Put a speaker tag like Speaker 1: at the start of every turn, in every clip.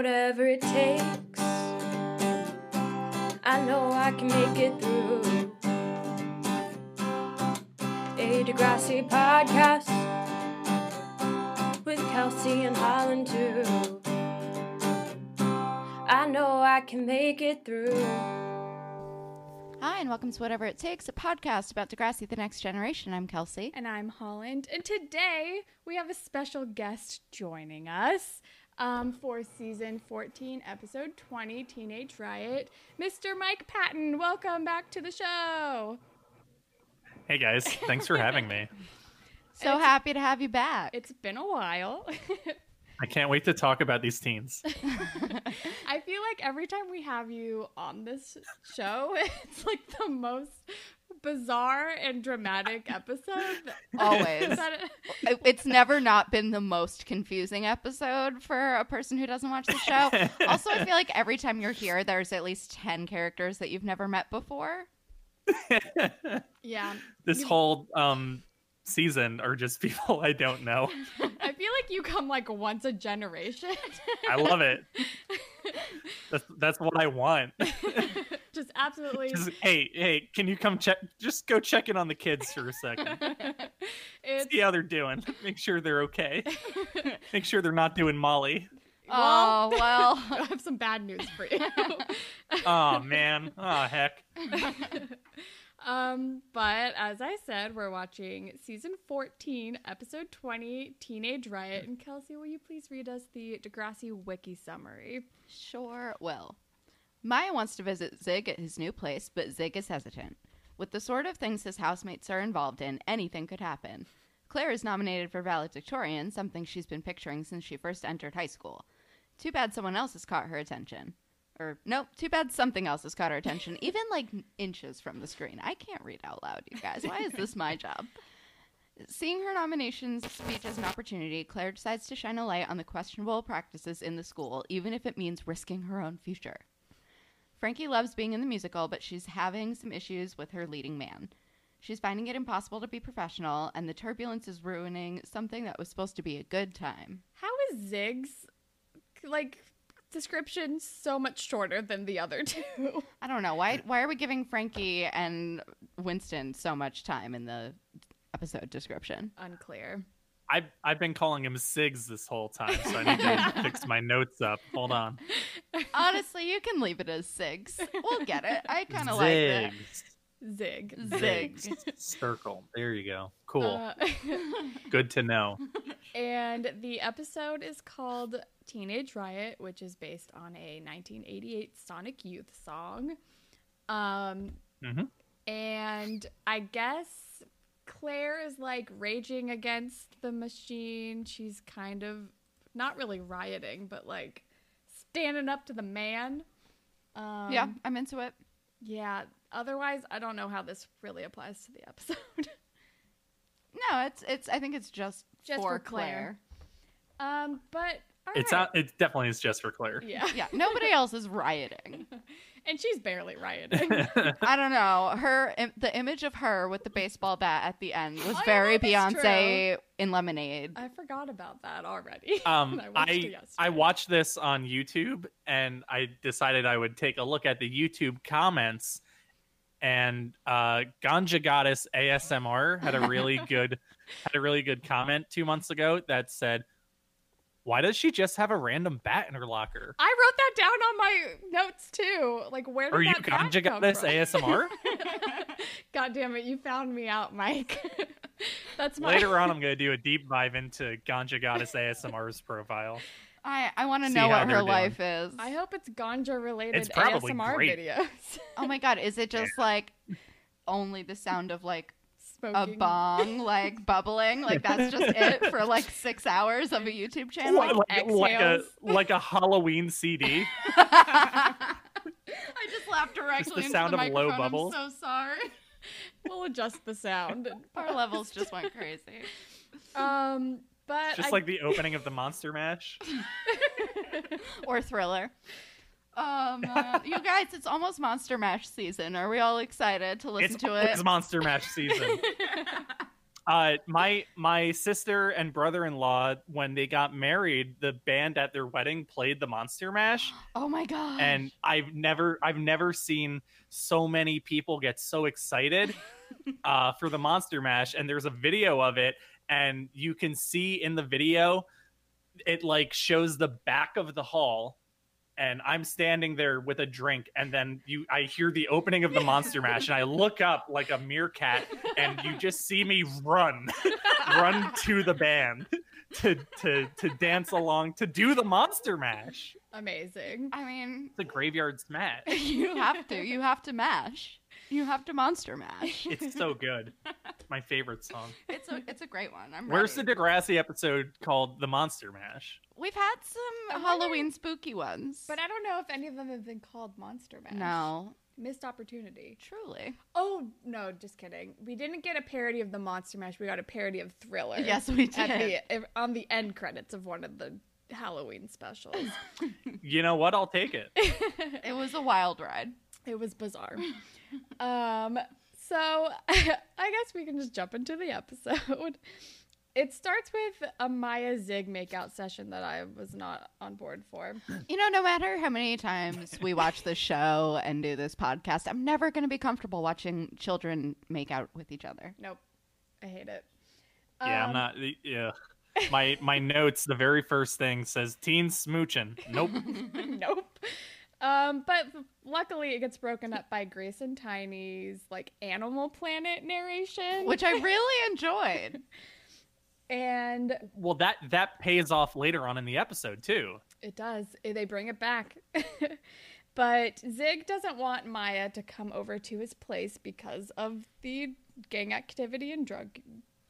Speaker 1: whatever it takes. I know I can make it through. A Degrassi podcast with Kelsey and Holland too. I know I can make it through.
Speaker 2: Hi, and welcome to Whatever It Takes, a podcast about Degrassi the Next Generation. I'm Kelsey.
Speaker 3: And I'm Holland. And today we have a special guest joining us um, for season 14, episode 20, Teenage Riot, Mr. Mike Patton. Welcome back to the show.
Speaker 4: Hey guys, thanks for having me.
Speaker 2: So happy to have you back.
Speaker 3: It's been a while.
Speaker 4: I can't wait to talk about these teens.
Speaker 3: I feel like every time we have you on this show, it's like the most bizarre and dramatic episode.
Speaker 2: Always.
Speaker 3: That it-
Speaker 2: It- it's never not been the most confusing episode for a person who doesn't watch the show. Also, I feel like every time you're here, there's at least 10 characters that you've never met before.
Speaker 3: yeah.
Speaker 4: This whole um season are just people I don't know.
Speaker 3: I feel like you come like once a generation.
Speaker 4: I love it. That's that's what I want.
Speaker 3: Just absolutely.
Speaker 4: Just, hey, hey, can you come check just go check in on the kids for a second.
Speaker 3: it's
Speaker 4: See how they're doing. Make sure they're okay. Make sure they're not doing Molly.
Speaker 2: oh,
Speaker 3: Well-
Speaker 2: well.
Speaker 3: I have some bad news for you.
Speaker 4: Oh man. Oh heck.
Speaker 3: um, but as I said, we're watching season 14, episode 20, Teenage Riot. And Kelsey, will you please read us the Degrassi Wiki summary?
Speaker 2: Sure will. Maya wants to visit Zig at his new place, but Zig is hesitant. With the sort of things his housemates are involved in, anything could happen. Claire is nominated for valedictorian, something she's been picturing since she first entered high school. Too bad someone else has caught her attention. Or, no, too bad something else has caught her attention, even like inches from the screen. I can't read out loud, you guys. Why is this my job? Seeing her nomination's speech as an opportunity, Claire decides to shine a light on the questionable practices in the school, even if it means risking her own future. Frankie loves being in the musical, but she's having some issues with her leading man. She's finding it impossible to be professional, and the turbulence is ruining something that was supposed to be a good time.
Speaker 3: How is Zig's like description so much shorter than the other two?
Speaker 2: I don't know why. Why are we giving Frankie and Winston so much time in the episode description?
Speaker 3: Unclear.
Speaker 4: I I've been calling him Sigs this whole time, so I need to fix my notes up. Hold on.
Speaker 2: Honestly, you can leave it as six. We'll get it. I kind of like it.
Speaker 4: Zigs.
Speaker 3: Zig.
Speaker 2: Zig.
Speaker 4: Circle. There you go. Cool.
Speaker 3: Uh,
Speaker 4: Good to know.
Speaker 3: And the episode is called Teenage Riot, which is based on a 1988 Sonic Youth song. Um,
Speaker 4: Mhm.
Speaker 3: And I guess Claire is like raging against the machine. She's kind of not really rioting, but like standing up to the man. Um,
Speaker 2: yeah, I'm into it.
Speaker 3: Yeah. Otherwise, I don't know how this really applies to the episode.
Speaker 2: No, it's it's. I think it's just,
Speaker 3: Just
Speaker 2: for,
Speaker 3: for
Speaker 2: Claire.
Speaker 3: Claire. um, but all
Speaker 4: It's
Speaker 3: right.
Speaker 4: not, it definitely is just for Claire.
Speaker 3: Yeah.
Speaker 2: Yeah, nobody else is rioting.
Speaker 3: And she's barely rioting.
Speaker 2: I don't know. Her im- the image of her with the baseball bat at the end was
Speaker 3: Oh, yeah,
Speaker 2: very
Speaker 3: that is
Speaker 2: Beyonce in Lemonade.
Speaker 3: I forgot about that already.
Speaker 4: Um,
Speaker 3: I watched it
Speaker 4: I
Speaker 3: yesterday.
Speaker 4: I watched this on YouTube and I decided I would take a look at the YouTube comments, and uh, Ganja Goddess ASMR had a really good had a really good comment two months ago that said, "Why does she just have a random bat in her locker?
Speaker 3: I wrote that down on my notes too. Like, where did
Speaker 4: Are you
Speaker 3: that bat
Speaker 4: Ganja
Speaker 3: come
Speaker 4: Goddess
Speaker 3: from?
Speaker 4: ASMR?"
Speaker 3: God damn it, you found me out, Mike. That's my
Speaker 4: Later on, I'm gonna do a deep dive into Ganja Goddess ASMR's profile.
Speaker 2: I I want to
Speaker 4: See
Speaker 2: know
Speaker 4: how
Speaker 2: what her
Speaker 4: they're doing.
Speaker 2: life is.
Speaker 3: I hope it's ganja related
Speaker 4: It's probably
Speaker 3: ASMR
Speaker 4: great.
Speaker 3: videos.
Speaker 2: oh my god, is it just like only the sound of like a
Speaker 3: Smoking.
Speaker 2: bong like bubbling? Like that's just it for like six hours of a YouTube channel.
Speaker 4: What, like, like a
Speaker 3: exhales.
Speaker 4: like a Halloween CD.
Speaker 2: I just laughed directly
Speaker 4: the sound of low bubbles.
Speaker 2: I'm so sorry.
Speaker 3: We'll adjust the sound.
Speaker 2: Our levels just went crazy.
Speaker 3: um, but
Speaker 4: just
Speaker 3: I-
Speaker 4: like the opening of the Monster Mash.
Speaker 2: or thriller. Um, uh, you guys, it's almost Monster Mash season. Are we all excited to listen
Speaker 4: it's
Speaker 2: to
Speaker 4: always
Speaker 2: it?
Speaker 4: Monster Mash season. uh, my my sister and brother-in-law when they got married the band at their wedding played the monster mash
Speaker 2: Oh my god.
Speaker 4: and i've never i've never seen so many people get so excited uh, for the monster mash and there's a video of it and you can see in the video it like shows the back of the hall and i'm standing there with a drink and then you i hear the opening of the monster mash and i look up like a meerkat and you just see me run run to the band to to to dance along to do the monster mash
Speaker 3: Amazing.
Speaker 2: I mean,
Speaker 4: the graveyard smash.
Speaker 2: you have to. You have to mash. You have to monster mash.
Speaker 4: It's so good. It's my favorite song.
Speaker 2: It's a it's a great one. I'm
Speaker 4: Where's the
Speaker 2: ready.
Speaker 4: Degrassi episode called The Monster Mash?
Speaker 2: We've had
Speaker 3: I
Speaker 2: some
Speaker 3: wonder-
Speaker 2: Halloween spooky ones.
Speaker 3: But I don't know if any of them have been called Monster Mash.
Speaker 2: no,
Speaker 3: Missed opportunity.
Speaker 2: truly.
Speaker 3: Oh, no, just kidding. We didn't get a parody of the Monster Mash. We got a parody of Thriller.
Speaker 2: Yes, we
Speaker 3: At
Speaker 2: did.
Speaker 3: the, e, on the end credits of one of the Halloween specials.
Speaker 4: You know what? I'll take it.
Speaker 2: It was a wild ride.
Speaker 3: It was bizarre. um, so I guess we can just jump into the episode. It starts with a Maya Zig makeout session that I was not on board for.
Speaker 2: You know, no matter how many times we watch the show and do this podcast, I'm never going to be comfortable watching children make out with each other.
Speaker 3: Nope, I hate it.
Speaker 4: Yeah,
Speaker 3: Um,
Speaker 4: I'm not. Yeah. My my notes. The very first thing says teen smooching. Nope.
Speaker 3: nope. Um, but luckily, it gets broken up by Grace and Tiny's like Animal Planet narration,
Speaker 2: Which I really enjoyed.
Speaker 3: and
Speaker 4: Well, that that pays off later on in the episode too.
Speaker 3: It does. Eh, They bring it back. but Zig doesn't want Maya to come over to his place because of the gang activity and drug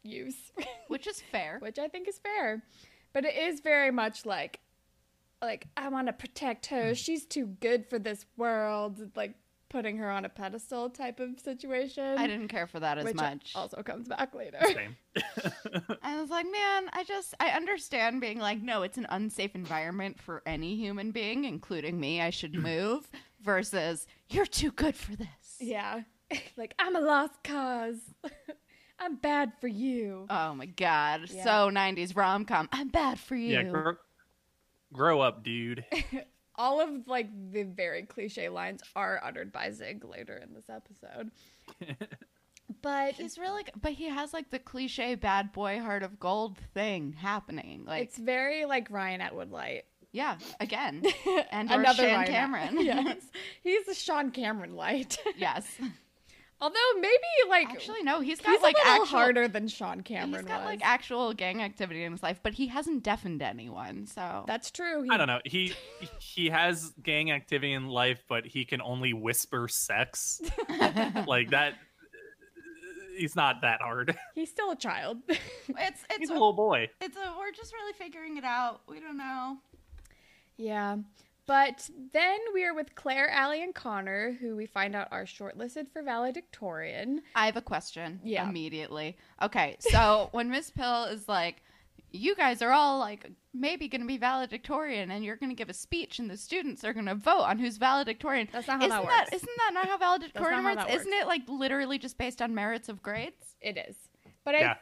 Speaker 3: use,
Speaker 2: Which is fair.
Speaker 3: which I think is fair. But it is very much like like I want to protect her.
Speaker 2: Mm.
Speaker 3: She's too good for this world, like putting her on a pedestal type of situation.
Speaker 2: I didn't care for that as
Speaker 3: which
Speaker 2: much.
Speaker 3: also comes back later.
Speaker 4: Same.
Speaker 2: I was like, man, I just, I understand being like, no, it's an unsafe environment for any human being, including me. I should move versus you're too good for this.
Speaker 3: yeah. like I'm a lost cause. I'm bad for you.
Speaker 2: Oh my God.
Speaker 3: Yeah.
Speaker 2: So 90s rom com. I'm bad for you.
Speaker 4: Yeah. Grow, grow up, dude.
Speaker 3: all of like the very cliche lines are uttered by Zig later in this episode. but
Speaker 2: He's really, g- but he has like the cliche bad boy heart of gold thing happening. Like,
Speaker 3: it's very like Ryan Atwood light.
Speaker 2: yeah, again, and or
Speaker 3: Another
Speaker 2: Shan
Speaker 3: Ryan
Speaker 2: Cameron.
Speaker 3: At- yes. He's the Sean Cameron light.
Speaker 2: yes.
Speaker 3: Although maybe like
Speaker 2: Actually, no, he's got
Speaker 3: he's
Speaker 2: like
Speaker 3: a little
Speaker 2: actual.
Speaker 3: harder than Sean Cameron
Speaker 2: He's got
Speaker 3: was.
Speaker 2: like actual gang activity in his life, but he hasn't deafened anyone. So
Speaker 3: That's true. He,
Speaker 4: I don't know. He he has gang activity in life, but he can only whisper sex. like that. He's not that hard.
Speaker 3: He's still a child.
Speaker 2: it's
Speaker 4: He's
Speaker 2: it's
Speaker 4: a little boy.
Speaker 2: it's a we're just really figuring it out. We don't know.
Speaker 3: yeah. But then we are with Claire, Allie, and Connor, who we find out are shortlisted for valedictorian.
Speaker 2: I have a question.
Speaker 3: Yeah.
Speaker 2: Immediately. Okay. So when Miss Pill is like, you guys are all like maybe going to be valedictorian and you're going to give a speech and the students are going to vote on who's valedictorian.
Speaker 3: That's not how
Speaker 2: isn't
Speaker 3: that works.
Speaker 2: isn't that not how valedictorian
Speaker 3: how
Speaker 2: works?
Speaker 3: that
Speaker 2: Isn't it like literally just based on merits of grades?
Speaker 3: It is. But I
Speaker 4: Yeah.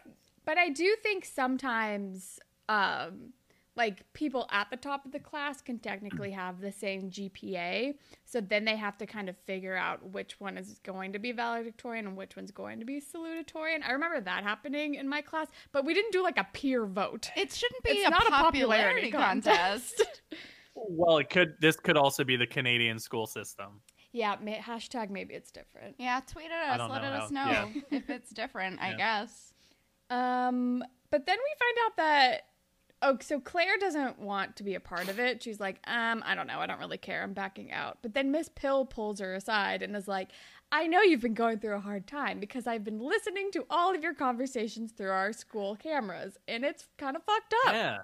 Speaker 3: but I do think sometimes um like people at the top of the class can technically have the same GPA. So then they have to kind of figure out which one is going to be valedictorian and which one's going to be salutatorian. I remember that happening in my class, but we didn't do like a peer vote.
Speaker 2: It shouldn't be
Speaker 3: It's
Speaker 2: a
Speaker 3: not a
Speaker 2: popularity
Speaker 3: popularity
Speaker 2: contest.
Speaker 4: Well, it could. This could also be the Canadian school system.
Speaker 3: Yeah, may, hashtag maybe it's different.
Speaker 2: yeah, tweet
Speaker 4: I
Speaker 2: at us.
Speaker 4: don't
Speaker 2: Let
Speaker 4: know
Speaker 2: us know
Speaker 4: how- yeah.
Speaker 2: if it's different, I
Speaker 4: Yeah.
Speaker 2: guess.
Speaker 3: Um, but then we find out that oh, so Claire doesn't want to be a part of it. She's like, um, I don't know, I don't really care. I'm backing out. But then Miss Pill pulls her aside and is like, I know you've been going through a hard time because I've been listening to all of your conversations through our school cameras, and it's kind of fucked up.
Speaker 4: Yeah.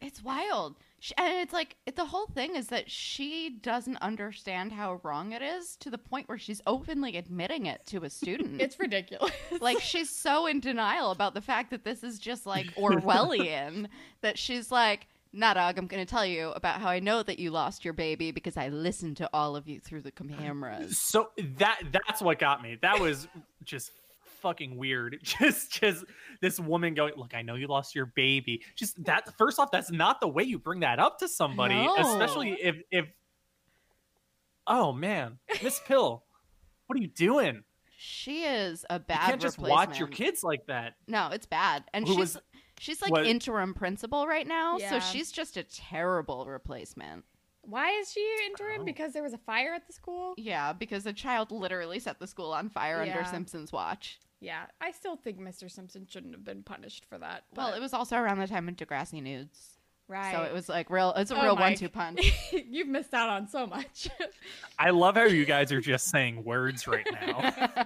Speaker 2: It's wild. Sh and it's like it, the whole thing is that she doesn't understand how wrong it is to the point where she's openly admitting it to a student.
Speaker 3: It's ridiculous.
Speaker 2: like she's so in denial about the fact that this is just like Orwellian that she's like, "Nah, dog, I'm going to tell you about how I know that you lost your baby because I listened to all of you through the cameras."
Speaker 4: So that that's what got me. That was just fucking weird. Just just this woman going, look, I know you lost your baby. Just that first off, that's not the way you bring that up to somebody,
Speaker 2: No.
Speaker 4: especially if if Oh man, Miss Pill, what are you doing?
Speaker 2: She is a
Speaker 4: You
Speaker 2: bad
Speaker 4: can't just
Speaker 2: replacement.
Speaker 4: watch your kids like that.
Speaker 2: No, it's bad. And
Speaker 4: Who
Speaker 2: she's
Speaker 4: was-
Speaker 2: she's like
Speaker 4: what-
Speaker 2: interim principal right now, so
Speaker 3: Yeah.
Speaker 2: she's just a terrible replacement.
Speaker 3: Why is she interim?
Speaker 4: Oh.
Speaker 3: Because there was a fire at the school?
Speaker 2: Yeah, because a child literally set the school on fire under
Speaker 3: Yeah.
Speaker 2: Simpson's watch.
Speaker 3: Yeah, I still think Mr. Simpson shouldn't have been punished for that.
Speaker 2: Well, it was also around the time of Degrassi nudes.
Speaker 3: right.
Speaker 2: So it was like real it's a
Speaker 3: Oh,
Speaker 2: real
Speaker 3: Mike.
Speaker 2: one two punch.
Speaker 3: You've missed out on so much.
Speaker 4: I love how you guys are just saying words right now.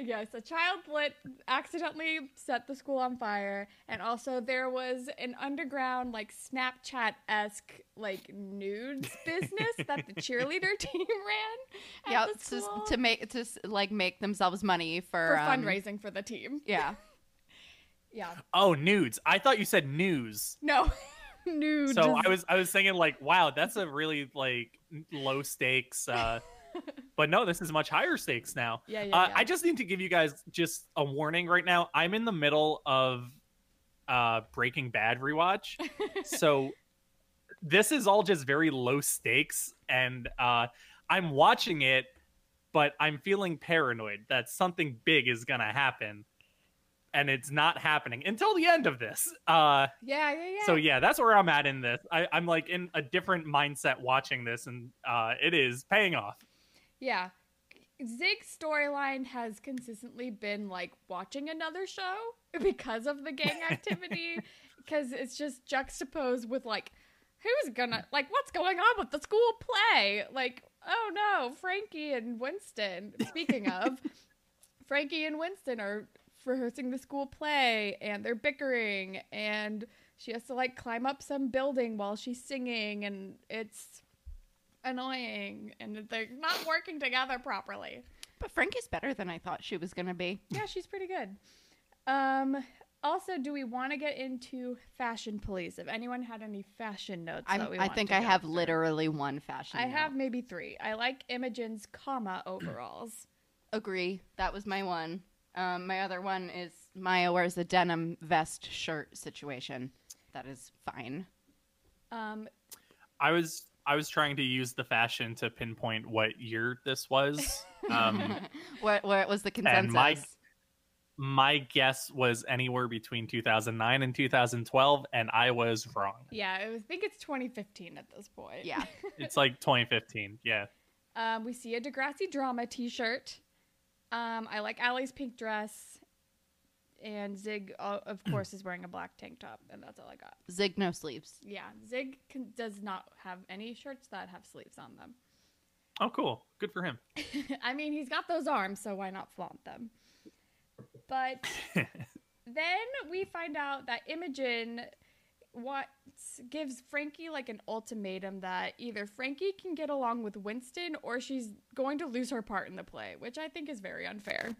Speaker 3: yes, a child lit accidentally set the school on fire, and also there was an underground like Snapchat esque like nudes business that the cheerleader team ran.
Speaker 2: yeah,
Speaker 3: At the
Speaker 2: to,
Speaker 3: school
Speaker 2: to make to s- like make themselves money for,
Speaker 3: for
Speaker 2: um,
Speaker 3: fundraising for the team.
Speaker 2: Yeah.
Speaker 3: Yeah,
Speaker 4: Oh, nudes. I thought you said news.
Speaker 3: no nudes.
Speaker 4: So I was I was thinking like, wow, that's a really like low stakes. Uh, but no, this is much higher stakes now.
Speaker 3: Yeah, yeah.
Speaker 4: Uh,
Speaker 3: yeah.
Speaker 4: I just need to give you guys just a warning right now. I'm in the middle of uh, Breaking Bad rewatch, so this is all just very low stakes, and uh, I'm watching it, but I'm feeling paranoid that something big is gonna happen, and it's not happening until the end of this. Uh,
Speaker 3: yeah, yeah, yeah.
Speaker 4: so yeah, that's where I'm at in this. I, I'm like in a different mindset watching this, and uh, it is paying off.
Speaker 3: Yeah. Zig's storyline has consistently been like watching another show because of the gang activity, because it's just juxtaposed with like, who's gonna, like, what's going on with the school play? Like, oh no, Frankie and Winston. Speaking of, Frankie and Winston are rehearsing the school play and they're bickering, and she has to like climb up some building while she's singing, and it's annoying and they're not working together properly.
Speaker 2: But Frankie's better than I thought she was gonna be.
Speaker 3: Yeah, she's pretty good. Um also, do we want to get into fashion police? If anyone had any fashion notes,
Speaker 2: I'm,
Speaker 3: that we
Speaker 2: I
Speaker 3: want
Speaker 2: think
Speaker 3: to
Speaker 2: I
Speaker 3: go
Speaker 2: have
Speaker 3: through.
Speaker 2: literally one fashion.
Speaker 3: I
Speaker 2: note.
Speaker 3: have maybe three. I like Imogen's comma overalls.
Speaker 2: agree. That was my one. Um, my other one is Maya wears a denim vest shirt situation. That is fine.
Speaker 3: Um,
Speaker 4: I was I was trying to use the fashion to pinpoint what year this was. Um,
Speaker 2: What where it was the
Speaker 4: And
Speaker 2: consensus?
Speaker 4: my- my guess was anywhere between 2009 and 2012, and I was wrong.
Speaker 3: yeah, I was- think it's 2015 at this point.
Speaker 2: yeah,
Speaker 4: It's like 2015. Yeah,
Speaker 3: Um, we see a Degrassi drama T-shirt. Um, I like Allie's pink dress, and Zig, uh, of course, is wearing a black tank top, and that's all I got.
Speaker 2: Zig no sleeves.
Speaker 3: Yeah, Zig can, does not have any shirts that have sleeves on them.
Speaker 4: Oh, cool. Good for him.
Speaker 3: I mean, he's got those arms, so why not flaunt them? But then we find out that Imogen what gives Frankie like an ultimatum that either Frankie can get along with Winston or she's going to lose her part in the play, which I think is very unfair.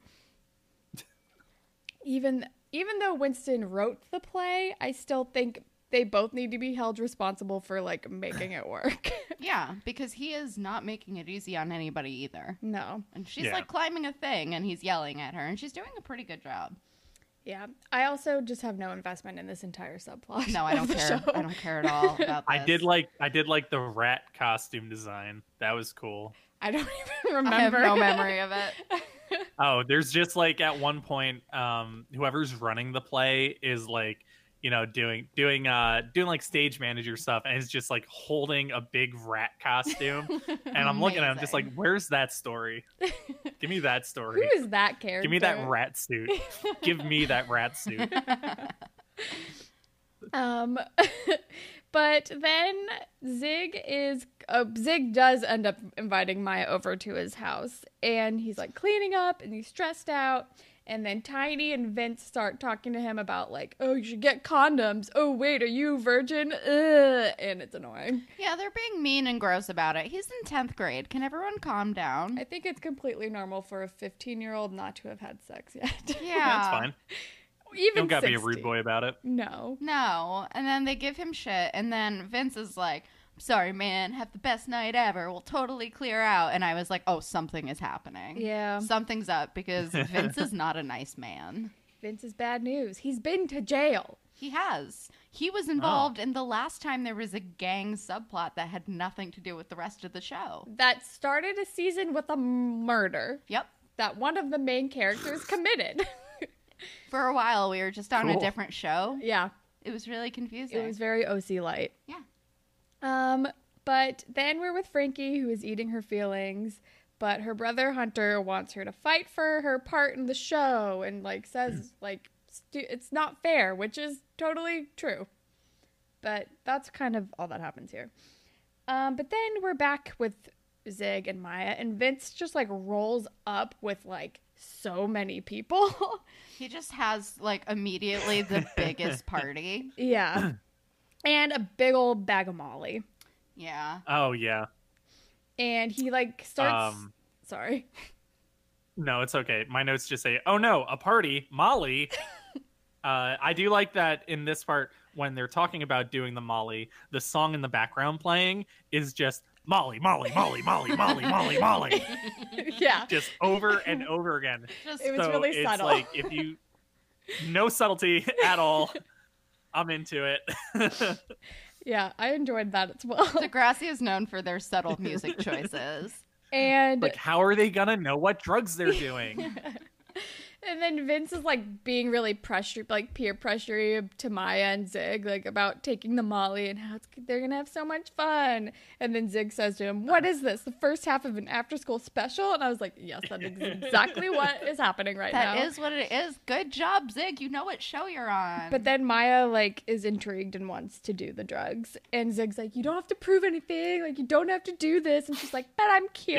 Speaker 3: even even though Winston wrote the play, I still think they both need to be held responsible for like making it work.
Speaker 2: Yeah, because he is not making it easy on anybody either.
Speaker 3: no.
Speaker 2: And she's
Speaker 4: Yeah.
Speaker 2: like climbing a thing, and he's yelling at her, and she's doing a pretty good job.
Speaker 3: Yeah, I also just have no investment in this entire subplot.
Speaker 2: No, I
Speaker 3: of
Speaker 2: don't
Speaker 3: the
Speaker 2: care.
Speaker 3: show.
Speaker 2: I don't care at all about.
Speaker 4: I
Speaker 2: this.
Speaker 4: did like I did like the rat costume design. That was cool.
Speaker 3: I don't even remember.
Speaker 2: I have no memory of it.
Speaker 4: Oh, there's just like at one point, um, whoever's running the play is like, you know, doing doing uh doing like stage manager stuff and is just like holding a big rat costume. and I'm looking at him just like,
Speaker 2: Amazing.
Speaker 4: where's that story? Give me that
Speaker 3: Who
Speaker 4: story.
Speaker 3: is that character?
Speaker 4: Give me that rat suit. Give me that rat suit.
Speaker 3: Um, but then Zig is uh, Zig does end up inviting Maya over to his house, and he's like cleaning up, and he's stressed out. And then Tiny and Vince start talking to him about like, oh, you should get condoms. Oh, wait, are you virgin? Ugh. And it's annoying.
Speaker 2: Yeah, they're being mean and gross about it. He's in tenth grade. Can everyone calm down?
Speaker 3: I think it's completely normal for a 15 year old not to have had sex yet.
Speaker 2: Yeah,
Speaker 4: That's
Speaker 3: Ah,
Speaker 4: fine.
Speaker 3: Even
Speaker 4: You don't gotta be a
Speaker 3: 60.
Speaker 4: rude boy about it.
Speaker 3: No.
Speaker 2: No. And then they give him shit. And then Vince is like, sorry, man, have the best night ever. We'll totally clear out. And I was like, oh, something is happening.
Speaker 3: Yeah.
Speaker 2: Something's up because Vince is not a nice man.
Speaker 3: Vince is bad news. He's been to jail.
Speaker 2: He has. He was involved in the last time there was a gang subplot that had nothing to do with the rest of the show.
Speaker 3: That started a season with a murder
Speaker 2: Yep.
Speaker 3: that one of the main characters committed.
Speaker 2: For a while, we were just on a
Speaker 4: Cool.
Speaker 2: different show.
Speaker 3: yeah.
Speaker 2: It was really confusing.
Speaker 3: It was very OC light.
Speaker 2: Yeah.
Speaker 3: Um, but then we're with Frankie, who is eating her feelings. But her brother Hunter wants her to fight for her part in the show, and like says like stu- it's not fair, which is totally true. But that's kind of all that happens here. Um, but then we're back with Zig and Maya, and Vince just like rolls up with like so many people.
Speaker 2: he just has like immediately the biggest party.
Speaker 3: yeah, and a big old bag of Molly.
Speaker 2: Yeah.
Speaker 4: Oh yeah.
Speaker 3: and he like starts.
Speaker 4: Um,
Speaker 3: sorry.
Speaker 4: No, it's okay. My notes just say, "Oh no, a party, Molly." uh, I do like that in this part when they're talking about doing the Molly. The song in the background playing is just Molly, Molly, Molly, Molly, Molly, Molly, Molly,
Speaker 3: yeah,
Speaker 4: just over and over again.
Speaker 2: Just
Speaker 3: It was
Speaker 4: so
Speaker 3: really
Speaker 4: it's
Speaker 3: subtle.
Speaker 4: like if you no subtlety at all, I'm into it.
Speaker 3: yeah, I enjoyed that as well.
Speaker 2: Degrassi is known for their subtle music choices.
Speaker 3: And
Speaker 4: like, how are they gonna know what drugs they're doing?
Speaker 3: and then Vince is like being really pressure, like peer pressure to Maya and Zig, like about taking the Molly and how it's, they're gonna have so much fun. And then Zig says to him, "What is this? The first half of an after-school special?" And I was like, "Yes, that is exactly what is happening right now."
Speaker 2: That is what it is. Good job, Zig. You know what show you're on.
Speaker 3: But then Maya like is intrigued and wants to do the drugs, and Zig's like, "You don't have to prove anything. Like you don't have to do this." And she's like, "But I'm curious."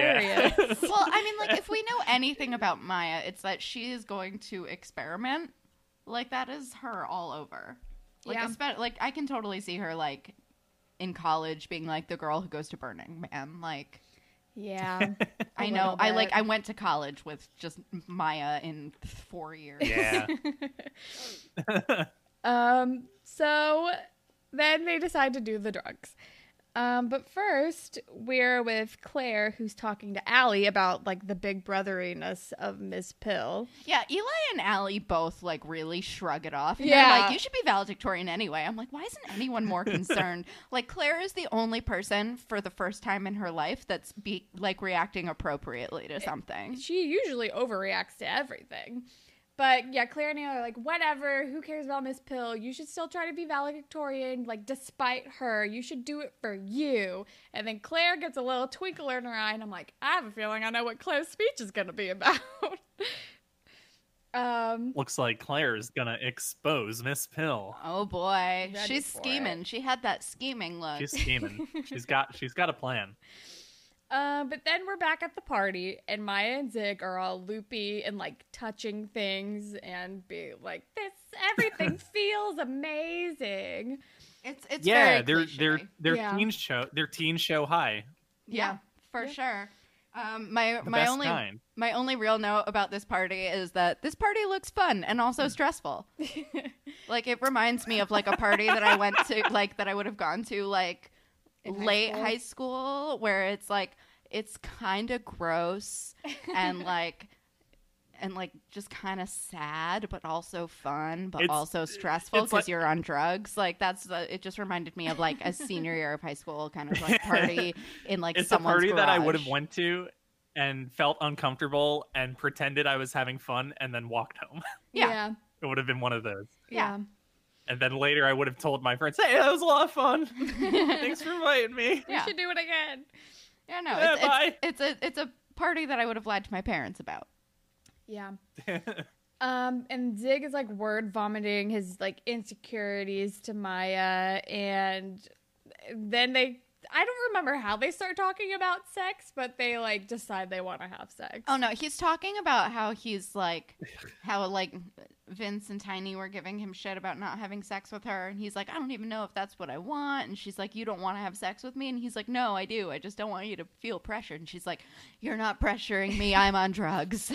Speaker 2: well, I mean, like, if we know anything about Maya, it's that she is going to experiment. Like, that is her all over. Like,
Speaker 3: Yeah.
Speaker 2: espe- like I can totally see her, like, in college being, like, the girl who goes to Burning Man. Like,
Speaker 3: Yeah.
Speaker 2: I
Speaker 3: A
Speaker 2: know,
Speaker 3: little
Speaker 2: I, like,
Speaker 3: bit.
Speaker 2: I went to college with just Maya in four years.
Speaker 4: yeah.
Speaker 3: um, so then they decide to do the drugs. Um, but first, we're with Claire, who's talking to Allie about like the big brotheriness of Miss Pill.
Speaker 2: Yeah, Eli and Allie both like really shrug it off. yeah,
Speaker 3: Yeah.
Speaker 2: like you should be valedictorian anyway. I'm like, why isn't anyone more concerned? like Claire is the only person for the first time in her life that's be like reacting appropriately to something.
Speaker 3: She usually overreacts to everything. But yeah, Claire and Allie are like, whatever, who cares about Miss Pill? You should still try to be valedictorian, like, despite her. You should do it for you. And then Claire gets a little twinkle in her eye, and I'm like, I have a feeling I know what Claire's speech is going to be about. um,
Speaker 4: Looks like Claire is gonna expose Miss Pill.
Speaker 2: Oh boy,
Speaker 3: Ready
Speaker 2: she's
Speaker 3: for
Speaker 2: scheming. She had that scheming look.
Speaker 4: She's scheming. she's got she's got a plan.
Speaker 3: Uh, but then we're back at the party, and Maya and Zig are all loopy and like touching things and be like, "This everything feels amazing."
Speaker 2: It's it's very
Speaker 4: yeah, they're they're
Speaker 2: cliche.
Speaker 4: they're
Speaker 3: Yeah.
Speaker 4: teen show they're teen show high.
Speaker 2: yeah,
Speaker 3: Yeah.
Speaker 2: for
Speaker 3: Yeah.
Speaker 2: sure. Um, my
Speaker 4: The
Speaker 2: my
Speaker 4: best
Speaker 2: only
Speaker 4: kind.
Speaker 2: my only real note about this party is that this party looks fun and also
Speaker 3: Hmm.
Speaker 2: stressful. like it reminds me of like a party that I went to like that I would have gone to like
Speaker 3: In high
Speaker 2: late
Speaker 3: school?
Speaker 2: high school where it's like it's kind of gross and like and like just kind of sad but also fun but
Speaker 4: It's- uh,
Speaker 2: also stressful
Speaker 4: it's
Speaker 2: because
Speaker 4: like-
Speaker 2: you're on drugs like that's the, it just reminded me of like a senior year of high school kind of like party in like
Speaker 4: it's a
Speaker 2: someone's
Speaker 4: party that I
Speaker 2: garage.
Speaker 4: would have went to and felt uncomfortable and pretended I was having fun and then walked home.
Speaker 2: Yeah.
Speaker 3: yeah,
Speaker 4: it would have been one of those.
Speaker 2: Yeah.
Speaker 4: And then later I would have told my friends, "Hey, that was a lot of fun. Thanks for inviting me."
Speaker 3: We
Speaker 2: Yeah.
Speaker 3: should do it again.
Speaker 2: Yeah, no,
Speaker 4: Yeah,
Speaker 2: it's,
Speaker 4: bye.
Speaker 2: it's, it's a it's a party that I would have lied to my parents about.
Speaker 3: Yeah. um, and Zig is like word vomiting his like insecurities to Maya, and then they. I don't remember how they start talking about sex, but they like decide they want to have sex.
Speaker 2: Oh no, he's talking about how he's like, how like Vince and Tiny were giving him shit about not having sex with her, and he's like, I don't even know if that's what I want, and she's like, You don't want to have sex with me, and he's like, No, I do. I just don't want you to feel pressured, and she's like, You're not pressuring me. I'm on drugs.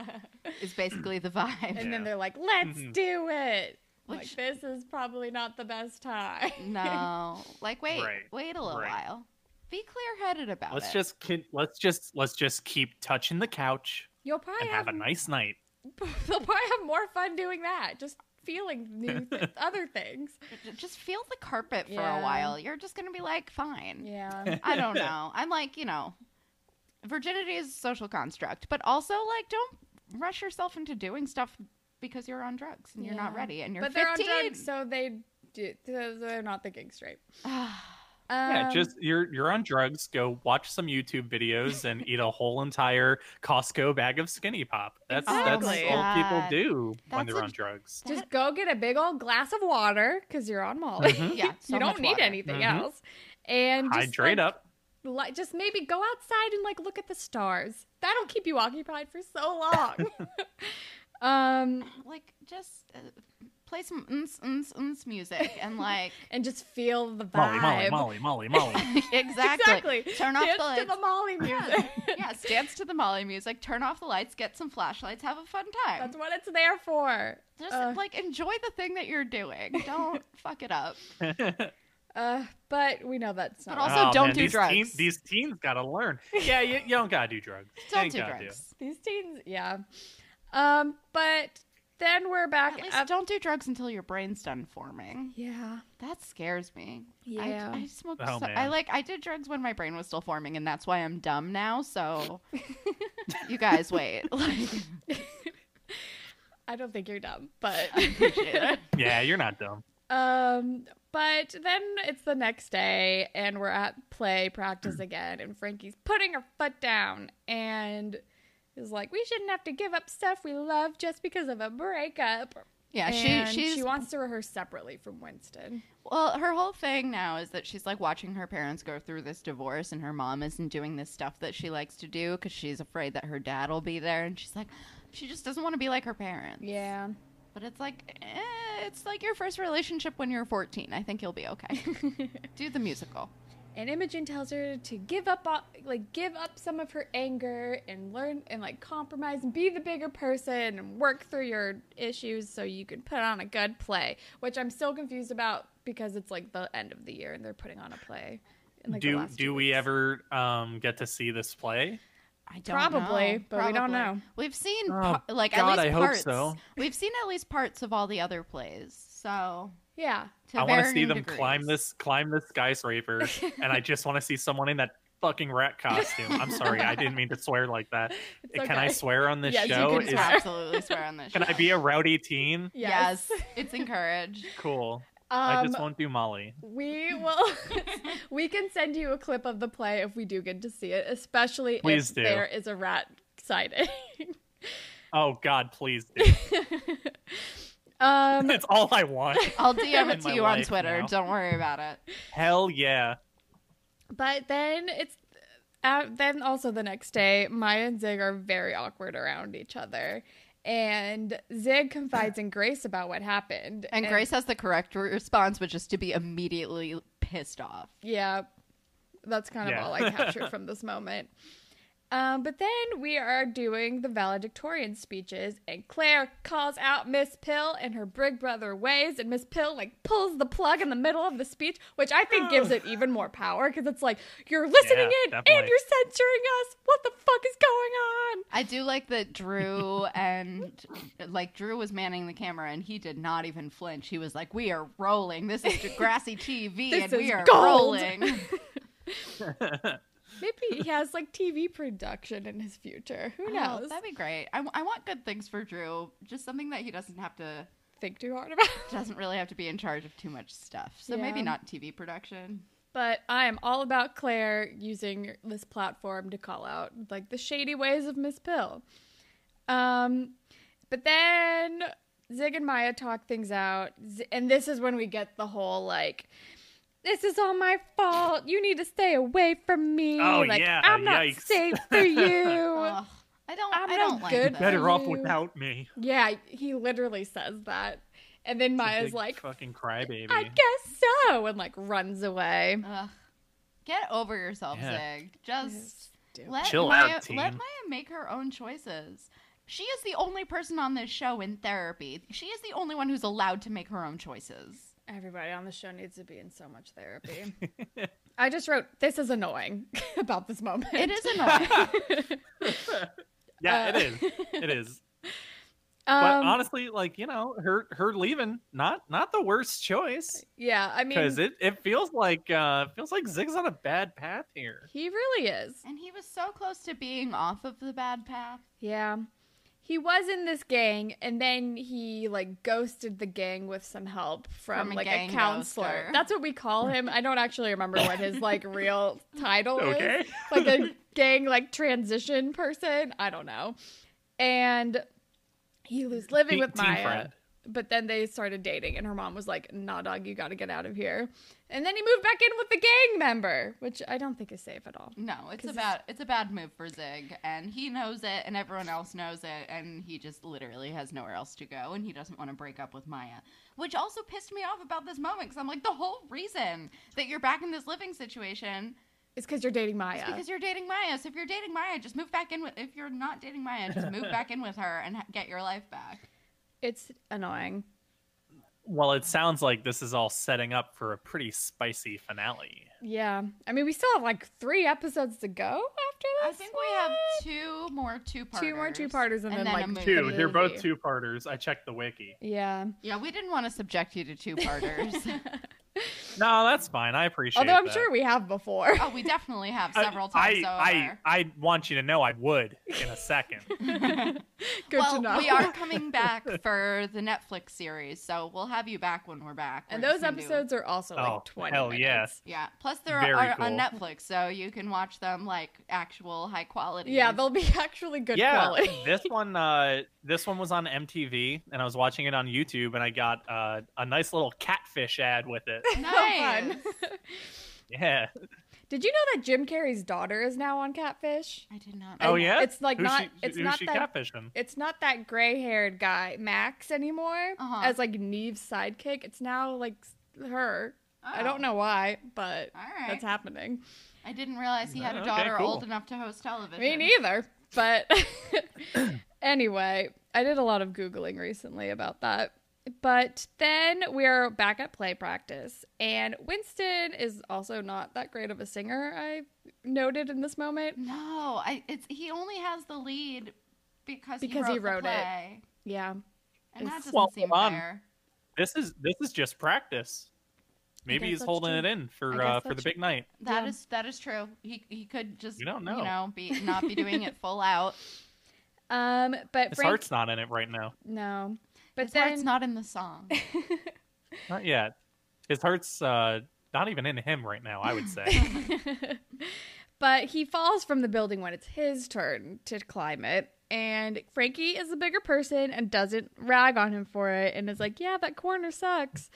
Speaker 2: is basically the vibe.
Speaker 3: And then
Speaker 4: Yeah.
Speaker 3: they're like, let's
Speaker 4: Mhm.
Speaker 3: do it. Like
Speaker 2: Which- Mm-hmm.
Speaker 3: this is probably not the best time.
Speaker 2: No. Like wait,
Speaker 4: Right,
Speaker 2: wait a little
Speaker 4: right.
Speaker 2: while. Be clear-headed about
Speaker 4: Let's
Speaker 2: it.
Speaker 4: just kin- let's just let's just keep touching the couch
Speaker 3: You'll probably
Speaker 4: and
Speaker 3: have,
Speaker 4: have a nice night.
Speaker 3: they'll probably have more fun doing that. Just feeling new th- other things.
Speaker 2: J- just feel the carpet for
Speaker 3: Yeah.
Speaker 2: a while. You're just going to be like, fine.
Speaker 3: Yeah.
Speaker 2: I don't know. I'm like, you know, virginity is a social construct, but also like don't rush yourself into doing stuff because you're on drugs and you're not
Speaker 3: Yeah.
Speaker 2: ready and you're
Speaker 3: but
Speaker 2: 15.
Speaker 3: they're on drugs, so they do, so they're not thinking straight. Um,
Speaker 4: yeah, just you're you're on drugs. Go watch some YouTube videos and eat a whole entire Costco bag of Skinny Pop. That's
Speaker 2: Exactly.
Speaker 4: that's all people
Speaker 2: God.
Speaker 4: do when
Speaker 2: That's
Speaker 4: they're
Speaker 2: a-
Speaker 4: on drugs.
Speaker 3: just go get a big old glass of water because you're on Molly.
Speaker 4: Mhm.
Speaker 2: yeah, so
Speaker 3: you
Speaker 2: much
Speaker 3: don't need
Speaker 2: water.
Speaker 3: anything
Speaker 4: Mhm.
Speaker 3: else. And just,
Speaker 4: Hydrate
Speaker 3: like,
Speaker 4: up.
Speaker 3: li- just maybe go outside and like look at the stars. That'll keep you occupied for so long. um,
Speaker 2: Like just uh, play some uns, uns, uns music and like
Speaker 3: and just feel the vibe.
Speaker 4: Molly, Molly, Molly, Molly, Molly.
Speaker 2: exactly. Turn off
Speaker 3: Dance
Speaker 2: the
Speaker 3: to
Speaker 2: lights.
Speaker 3: the Molly music.
Speaker 2: yes, dance to the Molly music. Turn off the lights. Get some flashlights. Have a fun time.
Speaker 3: That's what it's there for.
Speaker 2: just
Speaker 3: Uh,
Speaker 2: like enjoy the thing that you're doing. Don't fuck it up.
Speaker 3: uh, but we know that's not.
Speaker 2: But also-
Speaker 3: right.
Speaker 2: don't do
Speaker 4: Oh, these
Speaker 2: drugs.
Speaker 4: teen- these teens gotta learn. Yeah, you, you don't gotta do drugs. You
Speaker 2: Don't
Speaker 4: ain't
Speaker 2: do
Speaker 4: gotta it.
Speaker 2: drugs.
Speaker 3: these teens, yeah. Um, but then we're back
Speaker 2: At least
Speaker 3: up.
Speaker 2: don't do drugs until your brain's done forming.
Speaker 3: Yeah,
Speaker 2: That scares me. I-
Speaker 3: yeah.
Speaker 2: I, smoked.
Speaker 4: Oh,
Speaker 2: so, I
Speaker 4: man.
Speaker 2: like. I did drugs when my brain was still forming, and that's why I'm dumb now. So, you guys wait. Like,
Speaker 3: I don't think you're dumb, but
Speaker 2: I appreciate it.
Speaker 4: Yeah, you're not dumb.
Speaker 3: Um, but then it's the next day, and we're at play practice again, and Frankie's putting her foot down and is like, "We shouldn't have to give up stuff we love just because of a breakup."
Speaker 2: Yeah,
Speaker 3: and
Speaker 2: Uh, she she's
Speaker 3: she wants to rehearse separately from Winston.
Speaker 2: well. Her whole thing now is that she's like watching her parents go through this divorce, and her mom isn't doing this stuff that she likes to do because she's afraid that her dad will be there, and she's like, she just doesn't want to be like her parents.
Speaker 3: Yeah,
Speaker 2: But it's like, eh, it's like your first relationship when you're 14. I think you'll be okay. Do the musical.
Speaker 3: and Imogen tells her to give up, all- like, give up some of her anger and learn and like compromise and be the bigger person and work through your issues so you can put on a good play. Which I'm still confused about because it's like the end of the year and they're putting on a play. in, like, the
Speaker 4: do
Speaker 3: last
Speaker 4: do
Speaker 3: two
Speaker 4: we
Speaker 3: weeks.
Speaker 4: ever um get to see this play?
Speaker 2: I don't
Speaker 3: Probably,
Speaker 2: know.
Speaker 3: but we don't know.
Speaker 2: We've seen
Speaker 4: Oh,
Speaker 2: par- like at
Speaker 4: God, I
Speaker 2: least
Speaker 4: hope
Speaker 2: parts.
Speaker 4: so.
Speaker 2: We've seen at least parts of all the other plays. So
Speaker 3: Yeah,
Speaker 2: to
Speaker 4: I want to
Speaker 2: varying
Speaker 4: see them
Speaker 2: degrees.
Speaker 4: climb this climb this skyscraper, and I just want to see someone in that fucking rat costume. I'm sorry, I didn't mean to swear like that.
Speaker 3: It's
Speaker 4: Can I
Speaker 3: okay.
Speaker 4: swear on this
Speaker 3: Yes, you
Speaker 4: show?
Speaker 2: You
Speaker 3: can
Speaker 2: can
Speaker 4: Is-
Speaker 3: swear.
Speaker 2: absolutely swear on this.
Speaker 4: can I
Speaker 2: show.
Speaker 4: be a rowdy teen?
Speaker 2: Yes, it's encouraged.
Speaker 4: Cool. I
Speaker 3: Um,
Speaker 4: just won't do Molly.
Speaker 3: we will. we can send you a clip of the play if we do get to see it, especially
Speaker 4: Please
Speaker 3: if
Speaker 4: do.
Speaker 3: there is a rat sighting.
Speaker 4: Oh God, please. do.
Speaker 3: um,
Speaker 4: That's all I want.
Speaker 2: I'll DM
Speaker 4: In
Speaker 2: it
Speaker 4: my
Speaker 2: to you on
Speaker 4: life
Speaker 2: Twitter.
Speaker 4: now.
Speaker 2: Don't worry about it.
Speaker 4: Hell yeah.
Speaker 3: but then it's uh, then also the next day, Maya and Zig are very awkward around each other. And Zig confides in Grace about what happened.
Speaker 2: And Grace has the correct response, which is to be immediately pissed off.
Speaker 3: Yeah. That's kind of
Speaker 4: Yeah.
Speaker 3: all I captured from this moment. Um, but then we are doing the valedictorian speeches, and Claire calls out Miss Pill and her big brother Ways, and Miss Pill like pulls the plug in the middle of the speech, which I think gives it even more power because it's like you're listening
Speaker 4: Oh. Yeah,
Speaker 3: in and
Speaker 4: definitely.
Speaker 3: you're censoring us. What the fuck is going on?
Speaker 2: I do like that Drew and like Drew was manning the camera and he did not even flinch. He was like, "We are rolling. This is Degrassi TV,
Speaker 3: This
Speaker 2: and we
Speaker 3: is
Speaker 2: are
Speaker 3: gold."
Speaker 2: rolling."
Speaker 3: Maybe he has like TV production in his future. Who
Speaker 2: Oh,
Speaker 3: knows?
Speaker 2: that'd be great. I, I want good things for Drew. Just something that he doesn't have to
Speaker 3: Think too hard about.
Speaker 2: doesn't really have to be in charge of too much stuff. So maybe
Speaker 3: Yeah.
Speaker 2: not TV production.
Speaker 3: But I am all about Claire using this platform to call out like the shady ways of Miss Pill. Um, but then Zig and Maya talk things out, Z- and this is when we get the whole like, "This is all my fault. You need to stay away from me.
Speaker 4: Oh,
Speaker 3: like,
Speaker 4: yeah,
Speaker 3: I'm not
Speaker 4: yikes.
Speaker 3: safe for you."
Speaker 2: Ugh, I don't.
Speaker 3: I'm
Speaker 2: I don't
Speaker 3: not
Speaker 2: like
Speaker 3: good
Speaker 2: this.
Speaker 3: at
Speaker 4: Better off
Speaker 3: you.
Speaker 4: without me.
Speaker 3: yeah, he literally says that, and then Maya's
Speaker 4: Big
Speaker 3: like,
Speaker 4: fucking crybaby.
Speaker 3: "I guess so," and like runs away.
Speaker 2: Ugh. Get over yourself,
Speaker 4: Yeah.
Speaker 2: Zig. Just
Speaker 3: Yes, dude.
Speaker 2: let
Speaker 4: Chill out,
Speaker 2: Maya,
Speaker 4: team.
Speaker 2: let Maya make her own choices. She is the only person on this show in therapy. She is the only one who's allowed to make her own choices.
Speaker 3: Everybody on the show needs to be in so much therapy. I just wrote, this is annoying about this moment.
Speaker 2: It is annoying.
Speaker 4: Yeah, it
Speaker 3: Uh,
Speaker 4: is. It is.
Speaker 3: Um,
Speaker 4: But honestly, like you know, her her leaving not not the worst choice
Speaker 3: yeah, I mean,
Speaker 4: because it it feels like uh feels like Zig's on a bad path here.
Speaker 3: he really is.
Speaker 2: and he was so close to being off of the bad path.
Speaker 3: Yeah. He was in this gang and then he like ghosted the gang with some help from,
Speaker 2: From a
Speaker 3: like a
Speaker 2: gang
Speaker 3: counselor.
Speaker 2: ghoster.
Speaker 3: That's what we call him. I don't actually remember what his like real title
Speaker 4: Okay.
Speaker 3: is. Like a gang like transition person. I don't know. And he was living
Speaker 4: Teen-
Speaker 3: with
Speaker 4: teen
Speaker 3: Maya.
Speaker 4: friend.
Speaker 3: But then they started dating and her mom was like, nah dog, you gotta get out of here. And then he moved back in with the gang member, which I don't think is safe at all.
Speaker 2: No, it's
Speaker 3: 'Cause
Speaker 2: a
Speaker 3: it's-
Speaker 2: bad it's a bad move for Zig, and he knows it, and everyone else knows it, and he just literally has nowhere else to go, and he doesn't want to break up with Maya, which also pissed me off about this moment because I'm like, the whole reason that you're back in this living situation
Speaker 3: It's because you're dating Maya.
Speaker 2: is because you're dating Maya. So if you're dating Maya, just move back in with. If you're not dating Maya, just move back in with her and ha- get your life back.
Speaker 3: It's annoying.
Speaker 4: Well, it sounds like this is all setting up for a pretty spicy finale.
Speaker 3: Yeah. I mean, we still have like three episodes to go after
Speaker 2: I
Speaker 3: this.
Speaker 2: think we have two more two parters.
Speaker 3: Two more two-parters and then, like,
Speaker 2: a movie.
Speaker 3: Two. They're both Movie.
Speaker 4: parters. I checked the wiki.
Speaker 3: Yeah.
Speaker 2: Yeah, we didn't want to subject you to two parters.
Speaker 4: No, that's fine. I appreciate.
Speaker 3: Although I'm
Speaker 4: that.
Speaker 3: sure we have before.
Speaker 2: Oh, we definitely have
Speaker 4: I-
Speaker 2: several times
Speaker 4: Uh, I,
Speaker 2: over.
Speaker 4: I I want you to know I would in a second.
Speaker 3: Good
Speaker 2: well,
Speaker 3: to know.
Speaker 2: we are coming back for the Netflix series, so we'll have you back when we're back.
Speaker 3: And
Speaker 2: We're just
Speaker 3: those
Speaker 2: gonna do-
Speaker 3: episodes are also like
Speaker 4: Oh,
Speaker 3: 20
Speaker 4: hell yeah.
Speaker 3: minutes.
Speaker 2: yeah. Plus, they're
Speaker 4: Very
Speaker 2: are on
Speaker 4: cool.
Speaker 2: Netflix, so you can watch them like actual high quality.
Speaker 3: Yeah, they'll be actually good
Speaker 4: yeah,
Speaker 3: quality.
Speaker 4: this one uh, this one was on MTV, and I was watching it on YouTube, and I got uh, a nice little catfish ad with it.
Speaker 2: nice.
Speaker 3: fun.
Speaker 4: Yeah.
Speaker 3: Did you know that Jim Carrey's daughter is now on Catfish?
Speaker 2: I did not.
Speaker 4: Oh
Speaker 2: know.
Speaker 4: yeah.
Speaker 3: it's like
Speaker 4: Who's
Speaker 3: not-
Speaker 4: She,
Speaker 3: it's
Speaker 4: who's
Speaker 3: not
Speaker 4: she
Speaker 3: that-
Speaker 4: catfishing.
Speaker 3: It's not that gray-haired guy Max anymore
Speaker 2: Uh-huh.
Speaker 3: as like Neve's sidekick. It's now like s- her. I don't
Speaker 2: Oh.
Speaker 3: know why, but
Speaker 2: All right.
Speaker 3: that's happening.
Speaker 2: I didn't realize he had a
Speaker 4: Okay,
Speaker 2: daughter
Speaker 4: cool.
Speaker 2: old enough to host television.
Speaker 3: Me neither. But anyway, I did a lot of Googling recently about that. But then we are back at play practice, and Winston is also not that great of a singer, I noted in this moment.
Speaker 2: No, I. It's he only has the lead because
Speaker 3: Because he
Speaker 2: he wrote,
Speaker 3: wrote it.
Speaker 2: the play,
Speaker 3: Yeah.
Speaker 2: and that
Speaker 3: It's-
Speaker 2: doesn't
Speaker 4: Well,
Speaker 2: seem
Speaker 4: hold on.
Speaker 2: fair.
Speaker 4: This is this is just practice. Maybe
Speaker 3: guess
Speaker 4: he's
Speaker 3: that's
Speaker 4: holding
Speaker 3: true.
Speaker 4: it in
Speaker 3: I
Speaker 4: for
Speaker 3: guess
Speaker 4: uh, for
Speaker 3: that's
Speaker 4: the big night.
Speaker 2: That
Speaker 3: Yeah.
Speaker 2: is that is true. He he could just
Speaker 4: You don't know.
Speaker 2: know be not be doing it full out.
Speaker 3: Um, but
Speaker 4: His
Speaker 3: Frank,
Speaker 4: heart's not in it right now.
Speaker 3: no. But
Speaker 2: His
Speaker 3: then
Speaker 2: heart's not in the song.
Speaker 4: Not yet. His heart's uh, not even in him right now. I would say.
Speaker 3: but he falls from the building when it's his turn to climb it. And Frankie is a bigger person and doesn't rag on him for it and is like, yeah, that corner sucks.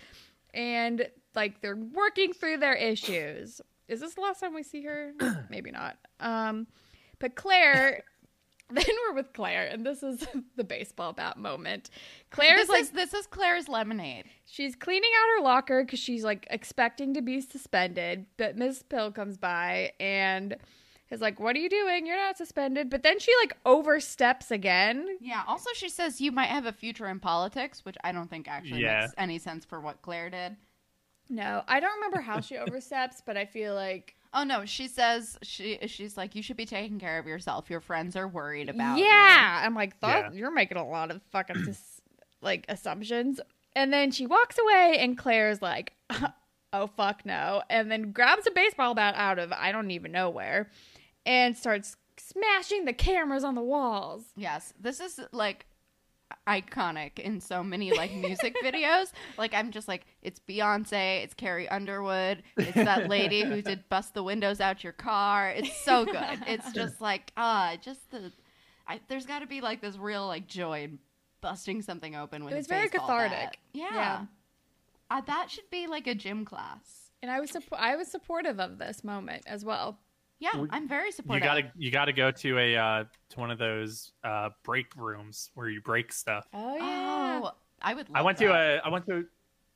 Speaker 3: And like they're working through their issues. Is this the last time we see her? Maybe not. Um, but Claire, then we're with Claire, and this is the baseball bat moment. Claire's
Speaker 2: This
Speaker 3: like,
Speaker 2: is this is Claire's lemonade.
Speaker 3: She's cleaning out her locker because she's like expecting to be suspended. But Miss Pill comes by and is like, What are you doing? You're not suspended. But then she like oversteps again.
Speaker 2: Yeah. Also, she says you might have a future in politics, which I don't think actually
Speaker 4: Yeah.
Speaker 2: makes any sense for what Claire did.
Speaker 3: No, I don't remember how she oversteps, but I feel like.
Speaker 2: Oh no, she says she she's like you should be taking care of yourself. Your friends are worried about. you."
Speaker 3: yeah. I'm like, "Thought-
Speaker 4: Yeah.
Speaker 3: You're making a lot of fucking sus- like assumptions. And then she walks away and Claire's like, Oh fuck no. And then grabs a baseball bat out of I don't even know where and starts smashing the cameras on the walls.
Speaker 2: Yes. This is like iconic in so many like music videos. Like I'm just like it's Beyonce, it's Carrie Underwood, it's that lady who did bust the windows out your car. It's so good. It's just like ah, just the I, there's got to be like this real like joy in busting something open with
Speaker 3: It
Speaker 2: a
Speaker 3: was very
Speaker 2: baseball bat.
Speaker 3: cathartic.
Speaker 2: Yeah.
Speaker 3: Yeah.
Speaker 2: Uh, that should be like a gym class.
Speaker 3: And I was suppo- I was supportive of this moment as well.
Speaker 2: Yeah,
Speaker 4: Well,
Speaker 2: I'm very
Speaker 4: you
Speaker 2: supportive.
Speaker 4: gotta you gotta go to a uh, to one of those uh, break rooms where you break stuff.
Speaker 3: Oh
Speaker 2: Oh, I would. Love
Speaker 4: I went
Speaker 2: that.
Speaker 4: to a I went to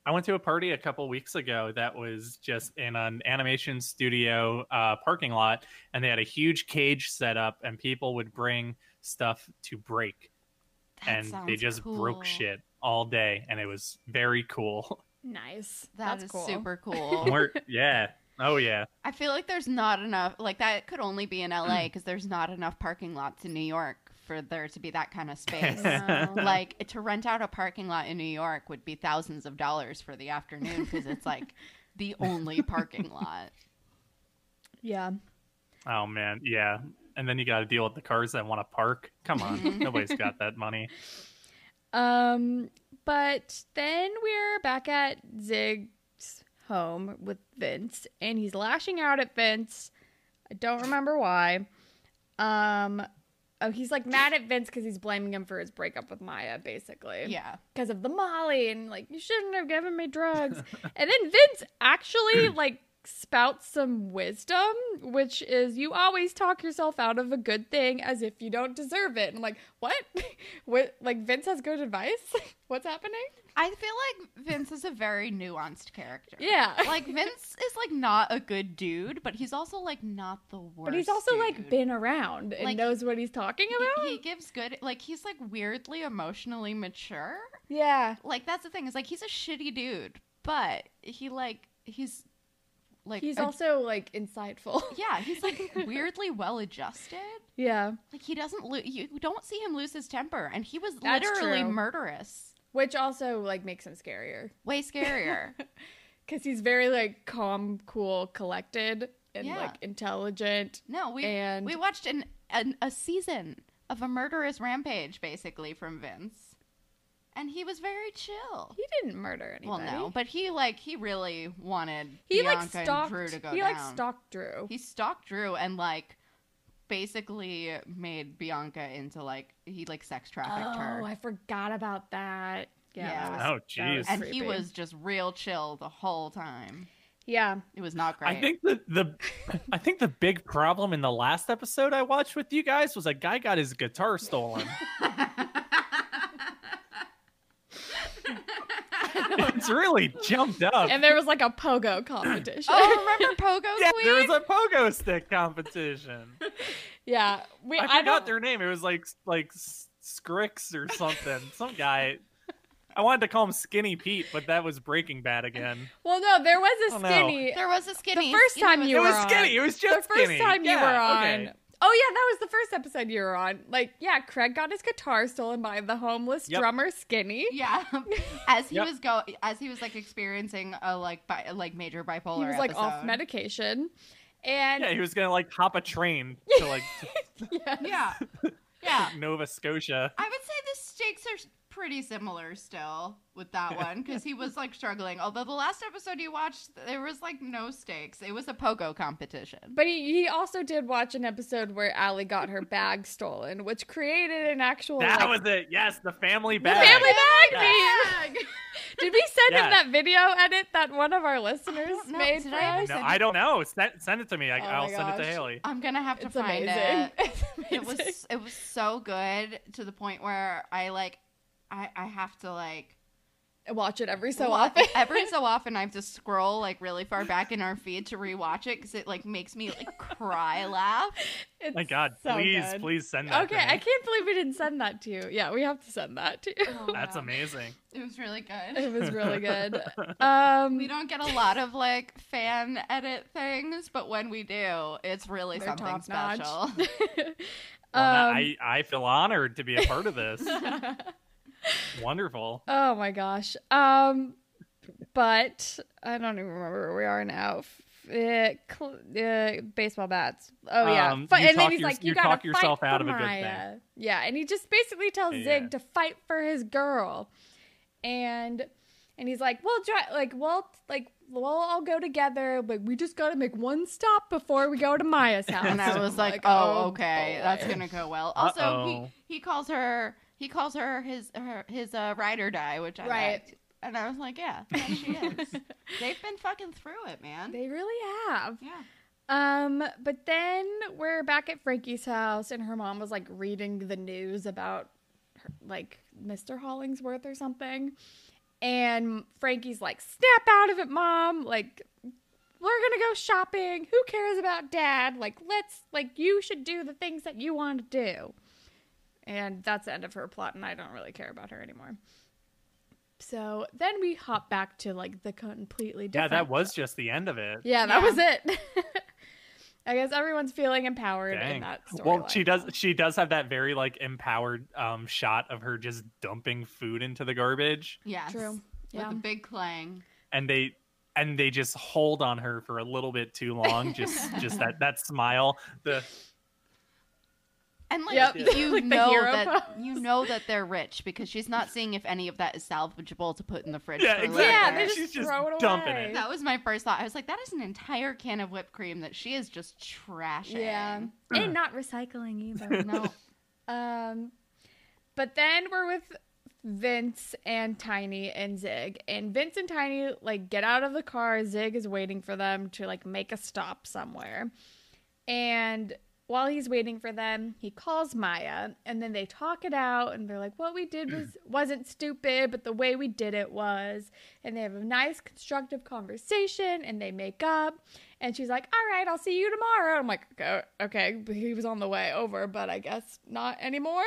Speaker 4: I went to a party a couple weeks ago that was just in an animation studio uh, parking lot, and they had a huge cage set up, and people would bring stuff to break,
Speaker 2: That
Speaker 4: and they
Speaker 2: sounds
Speaker 4: just
Speaker 2: cool.
Speaker 4: broke shit all day, and it was very cool.
Speaker 3: Nice.
Speaker 2: That
Speaker 3: That's
Speaker 2: is
Speaker 3: cool.
Speaker 2: super cool.
Speaker 4: More, yeah, oh yeah,
Speaker 2: I feel like there's not enough. Like that could only be in LA
Speaker 3: Mm.
Speaker 2: because there's not enough parking lots in New York for there to be that kind of space.
Speaker 3: Wow.
Speaker 2: like to rent out a parking lot in New York would be thousands of dollars for the afternoon because it's like the only parking lot.
Speaker 3: yeah.
Speaker 4: oh man, yeah. And then you got to deal with the cars that want to park. Come on, nobody's got that money.
Speaker 3: Um, but then we're back at Zig's home with Vince, and he's lashing out at Vince. I don't remember why. Um, oh, he's like mad at Vince because he's blaming him for his breakup with Maya, basically.
Speaker 2: Yeah.
Speaker 3: because of the Molly, and like you shouldn't have given me drugs. and then Vince actually like spouts some wisdom, which is you always talk yourself out of a good thing as if you don't deserve it. And I'm like, what? what? Like Vince has good advice? What's happening?
Speaker 2: I feel like Vince is a very nuanced character.
Speaker 3: Yeah.
Speaker 2: Like Vince is like not a good dude, but he's also like not the worst.
Speaker 3: but he's also like
Speaker 2: dude.
Speaker 3: been around and
Speaker 2: Like,
Speaker 3: knows what he's talking about.
Speaker 2: He, he gives good like he's like weirdly emotionally mature.
Speaker 3: yeah,
Speaker 2: Like that's the thing is like he's a shitty dude, but he like he's like
Speaker 3: he's
Speaker 2: a-
Speaker 3: also like insightful.
Speaker 2: yeah he's like weirdly well adjusted.
Speaker 3: yeah,
Speaker 2: Like he doesn't lo- you don't see him lose his temper, and he was
Speaker 3: That's
Speaker 2: literally
Speaker 3: true.
Speaker 2: murderous.
Speaker 3: which also like makes him scarier.
Speaker 2: Way scarier.
Speaker 3: because he's very like calm, cool, collected, and
Speaker 2: Yeah.
Speaker 3: like intelligent.
Speaker 2: No, we
Speaker 3: And-
Speaker 2: we watched an, an a season of a murderous rampage basically from Vince, and he was very chill.
Speaker 3: He didn't murder
Speaker 2: Well,
Speaker 3: anybody.
Speaker 2: no, but he like he really wanted
Speaker 3: he
Speaker 2: Bianca
Speaker 3: like stalked.
Speaker 2: and Drew to go
Speaker 3: he
Speaker 2: down.
Speaker 3: like stalked Drew.
Speaker 2: He stalked Drew and like basically made Bianca into like he like sex trafficked her.
Speaker 3: oh, I forgot about that. Yeah.
Speaker 2: Yeah.
Speaker 3: that was-
Speaker 4: Oh
Speaker 3: that was
Speaker 4: jeez.
Speaker 2: and he
Speaker 3: creepy.
Speaker 2: was just real chill the whole time.
Speaker 3: Yeah.
Speaker 2: It was not great.
Speaker 4: I think the the I think the big problem in the last episode I watched with you guys was a guy got his guitar stolen. it's really jumped up.
Speaker 3: And there was like a pogo competition.
Speaker 2: Oh, remember Pogo
Speaker 4: yeah,
Speaker 2: Queen?
Speaker 4: there was a pogo stick competition.
Speaker 3: yeah. We
Speaker 4: I forgot
Speaker 3: don't-
Speaker 4: their name. It was like like S- Scrix or something. Some guy. I wanted to call him Skinny Pete, but that was Breaking Bad again.
Speaker 3: Well, no, there was a
Speaker 4: Oh, no.
Speaker 3: skinny.
Speaker 2: There was a skinny.
Speaker 3: first
Speaker 2: skinny
Speaker 3: time
Speaker 2: was-
Speaker 4: It
Speaker 3: you were
Speaker 4: was
Speaker 3: on.
Speaker 4: Skinny. It was
Speaker 3: The
Speaker 4: just
Speaker 3: first
Speaker 4: Skinny.
Speaker 3: time you
Speaker 4: Yeah,
Speaker 3: were on.
Speaker 4: okay.
Speaker 3: Oh yeah, that was the first episode you were on. Like, yeah, Craig got his guitar stolen by the homeless
Speaker 4: Yep.
Speaker 3: drummer Skinny.
Speaker 2: Yeah, as he
Speaker 4: Yep.
Speaker 2: was go, as he was like experiencing a like bi- like major bipolar.
Speaker 3: He was like off
Speaker 2: episode.
Speaker 3: medication. And
Speaker 4: Yeah, he was gonna like hop a train to like
Speaker 3: Yes.
Speaker 2: Yeah, yeah.
Speaker 4: Nova Scotia.
Speaker 2: I would say the stakes are pretty similar still with that one because he was like struggling. Although the last episode you watched, there was like no stakes. It was a pogo competition.
Speaker 3: But he, he also did watch an episode where Allie got her bag stolen, which created an actual
Speaker 4: That
Speaker 3: like,
Speaker 4: was it. Yes, the family
Speaker 3: Oh. the
Speaker 4: bag.
Speaker 3: family bag.
Speaker 2: Bag!
Speaker 3: meme. Did we send him
Speaker 4: Yeah.
Speaker 3: that video edit that one of our listeners
Speaker 2: don't know.
Speaker 3: made
Speaker 2: Did
Speaker 3: for
Speaker 2: I ever
Speaker 3: us?
Speaker 4: No,
Speaker 2: Send
Speaker 4: I
Speaker 2: it-
Speaker 4: don't know. Send, send it to me. I,
Speaker 3: Oh my
Speaker 4: I'll send it to
Speaker 3: gosh.
Speaker 4: Haley.
Speaker 2: I'm gonna have to
Speaker 3: It's
Speaker 2: find
Speaker 3: amazing.
Speaker 2: it.
Speaker 3: It's
Speaker 2: It was
Speaker 3: amazing.
Speaker 2: it was so good to the point where I like I I have to like
Speaker 3: watch it every so
Speaker 2: Well,
Speaker 3: often.
Speaker 2: Every so often, I have to scroll like really far back in our feed to rewatch it because it like makes me like cry laugh.
Speaker 3: It's
Speaker 4: My God,
Speaker 3: so
Speaker 4: please,
Speaker 3: good.
Speaker 4: please send that.
Speaker 3: Okay,
Speaker 4: to me.
Speaker 3: I can't believe we didn't send that to you. Yeah, we have to send that to you.
Speaker 4: That's amazing.
Speaker 2: It was really
Speaker 3: It
Speaker 2: good.
Speaker 3: was really good. Um,
Speaker 2: We don't get a lot of like fan edit things, but when we do, it's really
Speaker 3: They're
Speaker 2: something
Speaker 3: top-notch.
Speaker 2: special.
Speaker 4: Well,
Speaker 3: um,
Speaker 4: I, I feel honored to be a part of this. Wonderful.
Speaker 3: Oh my gosh. Um, but I don't even remember where we are now. F- Uh, cl- uh, baseball bats. Oh yeah.
Speaker 4: Um,
Speaker 3: Fi-
Speaker 4: you
Speaker 3: and then
Speaker 4: talk
Speaker 3: he's
Speaker 4: your-
Speaker 3: like, "You,
Speaker 4: you
Speaker 3: gotta
Speaker 4: talk yourself
Speaker 3: fight
Speaker 4: out
Speaker 3: for
Speaker 4: of a good
Speaker 3: Maya." Yeah, and he just basically tells
Speaker 4: Yeah.
Speaker 3: Zig to fight for his girl, and and he's like, "We'll try. Like, we'll like we'll all go together. But we just gotta make one stop before we go to Maya's house."
Speaker 2: and I
Speaker 3: I'm
Speaker 2: was like, "Oh, okay,
Speaker 3: boy."
Speaker 2: that's gonna go well." Also,
Speaker 4: Uh-oh.
Speaker 2: he he calls her he calls her his her his uh, ride or die, which I
Speaker 3: Right.
Speaker 2: liked. and I was like, "Yeah, yeah, she is." They've been fucking through it, man.
Speaker 3: They really have.
Speaker 2: yeah.
Speaker 3: Um, but then we're back at Frankie's house, and her mom was like reading the news about her, like Mr. Hollingsworth or something. And Frankie's like, snap out of it, mom. Like, we're gonna go shopping. Who cares about dad? Like, let's, like, you should do the things that you want to do. And that's the end of her plot, and I don't really care about her anymore. So then we hop back to like the completely
Speaker 4: Yeah,
Speaker 3: different.
Speaker 4: that was just the end of it.
Speaker 3: Yeah, that
Speaker 2: Yeah.
Speaker 3: was it. I guess everyone's feeling empowered in
Speaker 4: Dang.
Speaker 3: that story.
Speaker 4: Well, she does. She does have that very like empowered um shot of her just dumping food into the garbage,
Speaker 2: Yes.
Speaker 3: True.
Speaker 2: With
Speaker 3: Yeah.
Speaker 2: a big clang.
Speaker 4: and they and they just hold on her for a little bit too long. Just just that that smile. The
Speaker 2: And like
Speaker 3: Yep.
Speaker 2: you
Speaker 3: Like the
Speaker 2: know
Speaker 3: hero
Speaker 2: that you know that they're rich because she's not seeing if any of that is salvageable to put in the fridge.
Speaker 4: yeah,
Speaker 2: for
Speaker 4: exactly.
Speaker 3: Yeah, they
Speaker 2: later.
Speaker 3: just
Speaker 4: She's just
Speaker 3: throw it
Speaker 4: dumping
Speaker 3: away.
Speaker 4: it.
Speaker 2: That was my first thought. I was like, that is an entire can of whipped cream that she is just trashing.
Speaker 3: Yeah. And not recycling either.
Speaker 2: No.
Speaker 3: um, but then we're with Vince and Tiny and Zig. And Vince and Tiny, like, get out of the car. Zig is waiting for them to, like, make a stop somewhere. And while he's waiting for them, he calls Maya. And then they talk it out. And they're like, what we did was, wasn't stupid, but the way we did it was. And they have a nice, constructive conversation. And they make up. And she's like, "All right, I'll see you tomorrow." I'm like, "Okay, okay." But he was on the way over, but I guess not anymore.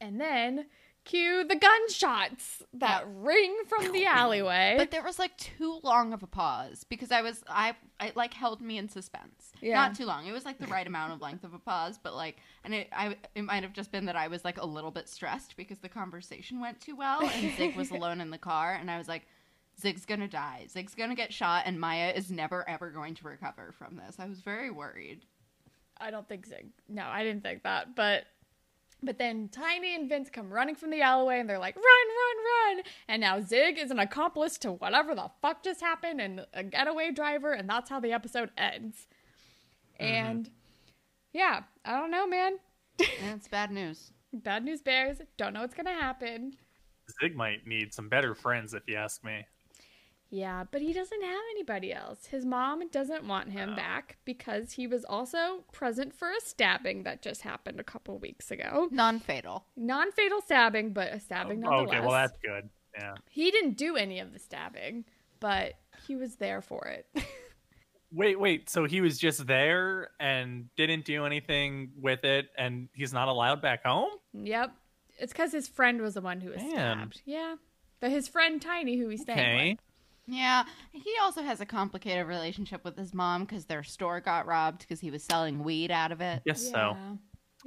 Speaker 3: and then cue the gunshots that ring from the alleyway.
Speaker 2: But there was like too long of a pause because I was I it like held me in suspense.
Speaker 3: Yeah.
Speaker 2: Not too long. It was like the right amount of length of a pause, but like and it I it might have just been that I was like a little bit stressed because the conversation went too well and Zig was alone in the car and I was like Zig's gonna die. Zig's gonna get shot, and Maya is never ever going to recover from this. I was very worried.
Speaker 3: I don't think Zig. No, I didn't think that. But but then Tiny and Vince come running from the alleyway and they're like, "Run, run, run!" And now Zig is an accomplice to whatever the fuck just happened and a getaway driver, and that's how the episode ends. And yeah, I don't know, man.
Speaker 2: And it's bad news.
Speaker 3: Bad news bears. Don't know what's gonna happen.
Speaker 4: Zig might need some better friends, if you ask me.
Speaker 3: Yeah, but he doesn't have anybody else. His mom doesn't want him back because he was also present for a stabbing that just happened a couple weeks ago.
Speaker 2: Non fatal.
Speaker 3: Non fatal stabbing, but a stabbing nonetheless.
Speaker 4: Oh, Okay, well that's good. Yeah.
Speaker 3: He didn't do any of the stabbing, but he was there for it.
Speaker 4: Wait, wait. So he was just there and didn't do anything with it, and he's not allowed back home.
Speaker 3: yep. It's because his friend was the one who was
Speaker 4: Damn.
Speaker 3: stabbed. Yeah. But his friend Tiny, who he's staying with.
Speaker 4: Okay.
Speaker 2: Yeah, he also has a complicated relationship with his mom because their store got robbed because he was selling weed out of it.
Speaker 4: Yes. So.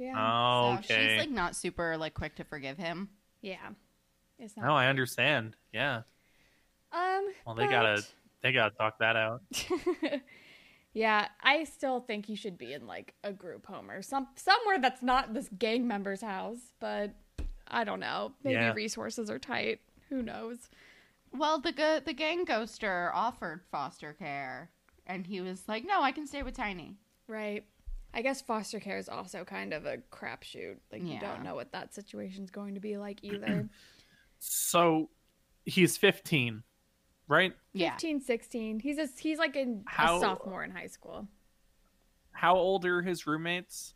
Speaker 3: Yeah. Yeah.
Speaker 4: Oh,
Speaker 2: So
Speaker 4: okay.
Speaker 2: she's like not super like quick to forgive him.
Speaker 3: yeah. It's not.
Speaker 4: No, I understand. Yeah.
Speaker 3: Um.
Speaker 4: Well, they
Speaker 3: but-
Speaker 4: gotta they gotta talk that out.
Speaker 3: yeah, I still think he should be in like a group home or some somewhere that's not this gang member's house. But I don't know. Maybe
Speaker 4: Yeah.
Speaker 3: resources are tight. Who knows?
Speaker 2: Well, the go- the gang ghoster offered foster care, and he was like, "No, I can stay with Tiny."
Speaker 3: Right. I guess foster care is also kind of a crapshoot. Like you
Speaker 2: Yeah.
Speaker 3: don't know what that situation's going to be like either.
Speaker 4: So he's 15, right?
Speaker 2: Yeah,
Speaker 3: Fifteen, sixteen. 15, 16. He's a he's like in a
Speaker 4: How-
Speaker 3: sophomore in high school.
Speaker 4: How old are his roommates?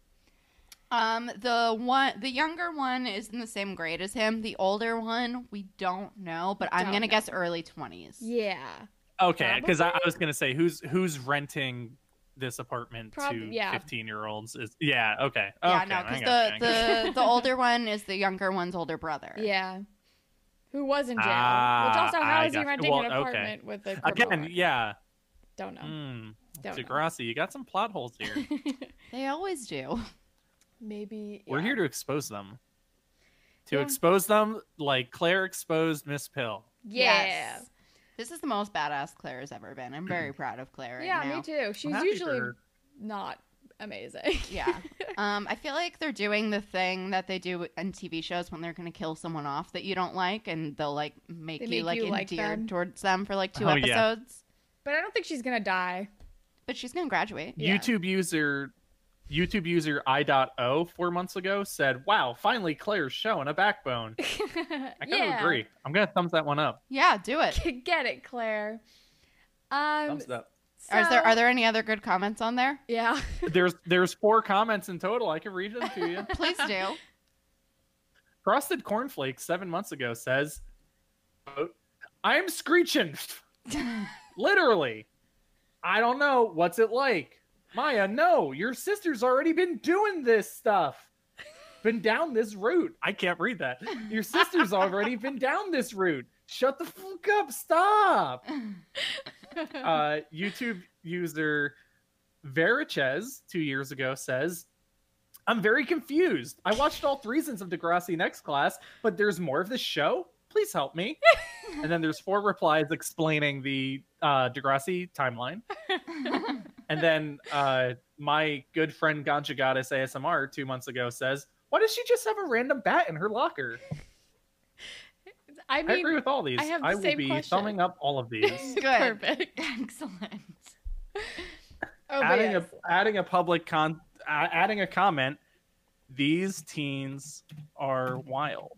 Speaker 2: um, the one the younger one is in the same grade as him. The older one, we don't know, but I'm
Speaker 3: Don't
Speaker 2: gonna
Speaker 3: know.
Speaker 2: guess early twenties.
Speaker 3: Yeah.
Speaker 4: Okay, because I, I
Speaker 3: Probably.
Speaker 4: was gonna say who's who's renting this apartment
Speaker 3: Prob-
Speaker 4: to
Speaker 3: yeah.
Speaker 4: 15 year olds is yeah okay
Speaker 2: Yeah,
Speaker 4: okay,
Speaker 2: no,
Speaker 4: I
Speaker 2: because
Speaker 4: gotcha, I
Speaker 2: the, the the older one is the younger one's older brother.
Speaker 3: Yeah. Who was in jail? Which
Speaker 4: Ah,
Speaker 3: also,
Speaker 4: I
Speaker 3: how is he
Speaker 4: gotcha.
Speaker 3: renting
Speaker 4: Well,
Speaker 3: an
Speaker 4: okay.
Speaker 3: apartment with a
Speaker 4: gotcha.
Speaker 3: criminal
Speaker 4: again
Speaker 3: record?
Speaker 4: yeah
Speaker 3: Don't know.
Speaker 4: mm,
Speaker 3: Don't know.
Speaker 4: Degrassi you got some plot holes here
Speaker 2: they always do.
Speaker 3: Maybe
Speaker 4: We're
Speaker 3: yeah.
Speaker 4: here to expose them. To
Speaker 3: Yeah.
Speaker 4: expose them like Claire exposed Miss Pill.
Speaker 3: Yeah.
Speaker 2: Yes. This is the most badass Claire has ever been. I'm very proud of Claire right
Speaker 3: yeah,
Speaker 2: now.
Speaker 3: me too. She's
Speaker 4: happy for
Speaker 3: usually
Speaker 4: her.
Speaker 3: not amazing.
Speaker 2: yeah. Um, I feel like they're doing the thing that they do in TV shows when they're going to kill someone off that you don't like, and they'll like make
Speaker 3: They
Speaker 2: you
Speaker 3: make
Speaker 2: like
Speaker 3: you like
Speaker 2: endeared
Speaker 3: them.
Speaker 2: towards them for like two
Speaker 4: Oh, yeah.
Speaker 2: episodes.
Speaker 3: but I don't think she's gonna die.
Speaker 2: But she's going to graduate.
Speaker 3: Yeah.
Speaker 4: YouTube user YouTube user i.o 4 months ago said, "Wow, finally Claire's showing a backbone." I kind
Speaker 3: yeah.
Speaker 4: of agree. I'm going to thumbs that one up.
Speaker 2: Yeah, do it.
Speaker 3: Get it, Claire. Um,
Speaker 4: Thumbs up.
Speaker 2: Are there
Speaker 3: so-
Speaker 2: are there any other good comments on there?
Speaker 3: Yeah.
Speaker 4: There's there's four comments in total. I can read them to you.
Speaker 2: Please do.
Speaker 4: Frosted Cornflakes 7 months ago says, quote, "I'm screeching literally. I don't know what's it like. Maya, no, your sister's already been doing this stuff. been down this route. I can't read that. Your sister's already been down this route. Shut the fuck up. Stop. Uh, YouTube user Verichez two years ago says, I'm very confused. I watched all three seasons of Degrassi Next Class, but there's more of this show. Please help me. and then there's four replies explaining the uh, Degrassi timeline. And then uh, my good friend Ganja Goddess ASMR two months ago says, "Why does she just have a random bat in her locker?"
Speaker 3: I
Speaker 4: I, agree
Speaker 3: mean,
Speaker 4: with all these.
Speaker 3: I have the
Speaker 4: will
Speaker 3: same
Speaker 4: be
Speaker 3: question.
Speaker 4: thumbing up all of these.
Speaker 2: Good.
Speaker 3: perfect.
Speaker 2: Excellent.
Speaker 3: Oh, but
Speaker 4: adding
Speaker 3: yes.
Speaker 4: a adding a public con uh, adding a comment. These teens are wild.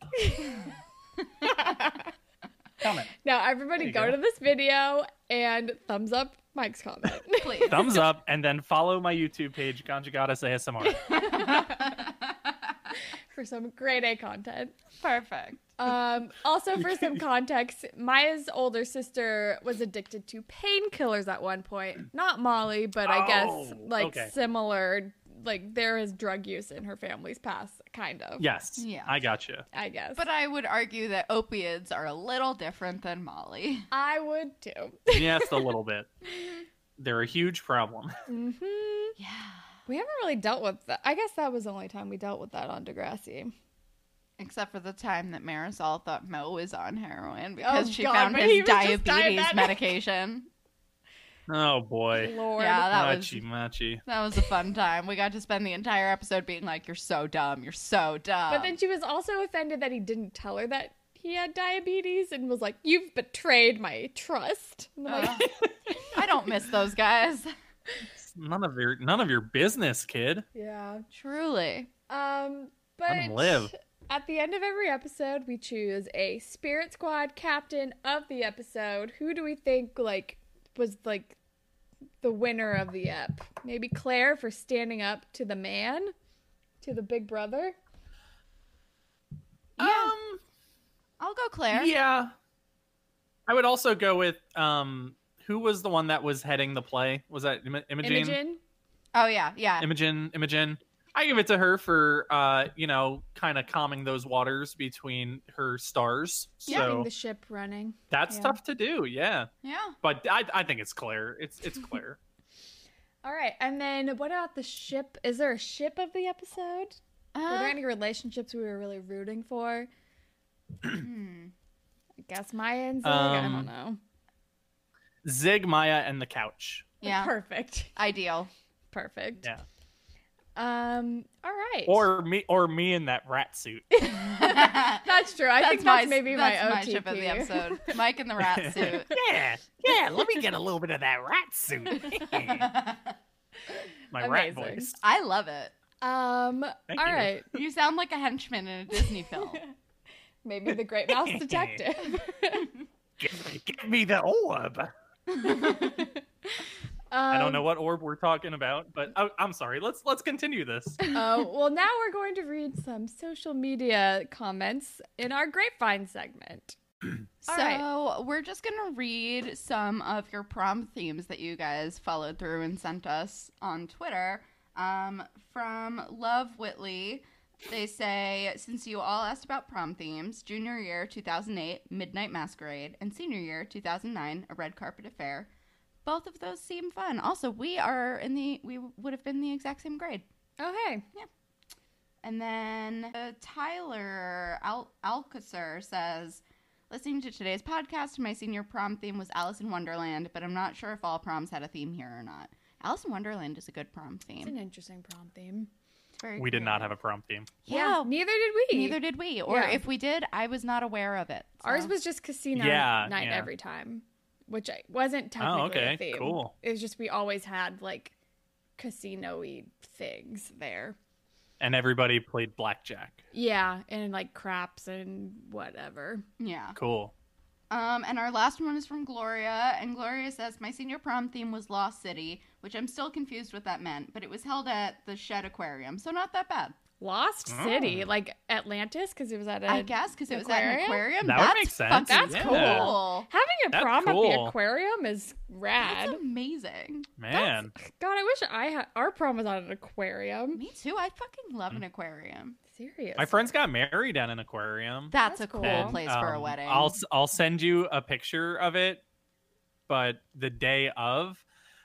Speaker 4: comment.
Speaker 3: Now,
Speaker 4: There
Speaker 3: everybody
Speaker 4: you
Speaker 3: go,
Speaker 4: go.
Speaker 3: to this video and thumbs up Mike's comment.
Speaker 2: Please.
Speaker 4: Thumbs up and then follow my YouTube page, Ganja Goddess ASMR.
Speaker 3: for some grade A content.
Speaker 2: Perfect.
Speaker 3: Um, also, for some context, Maya's older sister was addicted to painkillers at one point. Not Molly, but I guess
Speaker 4: Oh,
Speaker 3: like
Speaker 4: okay.
Speaker 3: similar. Like there is drug use in her family's past, kind of.
Speaker 4: Yes,
Speaker 2: Yeah.
Speaker 4: I got you.
Speaker 3: I guess.
Speaker 2: But I would argue that opiates are a little different than Molly.
Speaker 3: I would too.
Speaker 4: Yes, a little bit. They're a huge problem.
Speaker 3: hmm
Speaker 2: Yeah.
Speaker 3: We haven't really dealt with that. I guess that was the only time we dealt with that on Degrassi.
Speaker 2: Except for the time that Marisol thought Mo was on heroin because she
Speaker 3: Oh, God,
Speaker 2: found
Speaker 3: but he
Speaker 2: his
Speaker 3: was just
Speaker 2: diabetes
Speaker 3: diabetic.
Speaker 2: medication.
Speaker 4: Oh boy.
Speaker 3: Lord.
Speaker 2: Yeah, that was
Speaker 4: Machi machi.
Speaker 2: that was a fun time. We got to spend the entire episode being like, "You're so dumb. You're so dumb."
Speaker 3: But then she was also offended that he didn't tell her that he had diabetes and was like, You've betrayed my trust. And I'm like,
Speaker 2: I don't miss those guys.
Speaker 4: None of your none of your business, kid.
Speaker 3: yeah.
Speaker 2: Truly.
Speaker 3: Um, but
Speaker 4: Let 'em live.
Speaker 3: at the end of every episode, we choose a Spirit Squad captain of the episode. Who do we think like was like the winner of the ep? Maybe Claire for standing up to the man, to the big brother.
Speaker 2: Yeah,
Speaker 4: Um,
Speaker 2: I'll go Claire.
Speaker 4: Yeah. I would also go with um who was the one that was heading the play? Was that Im- Imogen?
Speaker 3: Imogen.
Speaker 2: Oh yeah, yeah.
Speaker 4: Imogen, Imogen. I give it to her for uh, you know, kind of calming those waters between her stars.
Speaker 3: Getting
Speaker 4: So
Speaker 3: the ship running.
Speaker 4: that's
Speaker 3: yeah.
Speaker 4: tough to do, yeah.
Speaker 2: yeah.
Speaker 4: But I I think it's Claire. It's it's Claire.
Speaker 3: All right, and then what about the ship? Is there a ship of the episode? Were there
Speaker 2: Uh,
Speaker 3: any relationships we were really rooting for?
Speaker 2: hmm.
Speaker 3: I guess Maya and Zig. I
Speaker 4: Um,
Speaker 3: don't know.
Speaker 4: Zig, Maya, and the couch.
Speaker 2: Yeah.
Speaker 3: Perfect.
Speaker 2: Ideal.
Speaker 3: Perfect.
Speaker 4: Yeah.
Speaker 3: Um. All right.
Speaker 4: Or me or me in that rat suit.
Speaker 2: that's
Speaker 3: that's true. I think that's maybe
Speaker 2: that's
Speaker 3: my
Speaker 2: my
Speaker 3: OTP.
Speaker 2: ship of the episode. Mike in the rat suit.
Speaker 4: Yeah, yeah. Let me get a little bit of that rat suit. My rat
Speaker 3: Amazing.
Speaker 4: voice.
Speaker 2: I love it.
Speaker 3: Um.
Speaker 4: Thank
Speaker 3: all
Speaker 4: you.
Speaker 3: right.
Speaker 2: You sound like a henchman in a Disney film.
Speaker 3: Maybe the Great Mouse Detective.
Speaker 4: Give, give me the orb. I don't
Speaker 2: Um,
Speaker 4: know
Speaker 3: Um,
Speaker 4: what orb we're talking about, but I, I'm sorry. Let's let's continue this.
Speaker 3: Oh well, now we're going to read some social media comments in our Grapevine segment.
Speaker 2: So
Speaker 3: All right.
Speaker 2: we're just gonna read some of your prom themes that you guys followed through and sent us on Twitter. Um, from Love Whitley, they say since you all asked about prom themes, junior year 2008, Midnight Masquerade, and senior year 2009, A Red Carpet Affair. Both of those seem fun. Also, we are in the we would have been the exact same grade.
Speaker 3: Oh hey.
Speaker 2: And then uh, Tyler Al- Alcacer says, listening to today's podcast, my senior prom theme was Alice in Wonderland, but I'm not sure if all proms had a theme here or not. Alice in Wonderland is a good prom
Speaker 3: It's an
Speaker 2: theme.
Speaker 3: interesting prom theme.
Speaker 2: It's very
Speaker 4: We did not have
Speaker 2: creative.
Speaker 4: a prom theme.
Speaker 2: Yeah,
Speaker 3: neither did we.
Speaker 2: neither did we. Or
Speaker 3: Yeah.
Speaker 2: if we did, I was not aware of it. so-
Speaker 3: Ours was just casino
Speaker 4: Yeah,
Speaker 3: night
Speaker 4: yeah. Oh,
Speaker 3: every time, which I- wasn't technically
Speaker 4: okay,
Speaker 3: a theme.
Speaker 4: cool.
Speaker 3: It was just we always had like casino-y things there.
Speaker 4: And everybody played blackjack.
Speaker 3: Yeah, and like craps and whatever.
Speaker 2: yeah.
Speaker 4: Cool.
Speaker 2: Um, and our last one is from Gloria, and Gloria says, "My senior prom theme was Lost City, which I'm still confused what that meant, but it was held at the Shed Aquarium, so not that bad."
Speaker 3: Lost
Speaker 4: Oh.
Speaker 3: City, like Atlantis, because it was at a
Speaker 2: I guess because it was at an
Speaker 3: aquarium?
Speaker 2: aquarium.
Speaker 4: That would
Speaker 2: That's
Speaker 4: make sense.
Speaker 2: fucking
Speaker 3: That's
Speaker 4: Yeah.
Speaker 2: cool.
Speaker 3: Having a
Speaker 4: That's
Speaker 3: prom at the
Speaker 4: cool.
Speaker 3: aquarium is rad.
Speaker 2: That's amazing.
Speaker 4: Man,
Speaker 3: That's- God, I wish I had our prom was on an aquarium.
Speaker 2: Me too. I fucking love an
Speaker 4: Mm.
Speaker 2: aquarium.
Speaker 3: Serious.
Speaker 4: my friends got married at an aquarium.
Speaker 2: That's,
Speaker 3: That's
Speaker 2: a cool
Speaker 3: cool.
Speaker 2: place for a
Speaker 4: um,
Speaker 2: wedding.
Speaker 4: I'll s- I'll send you a picture of it. But the day of,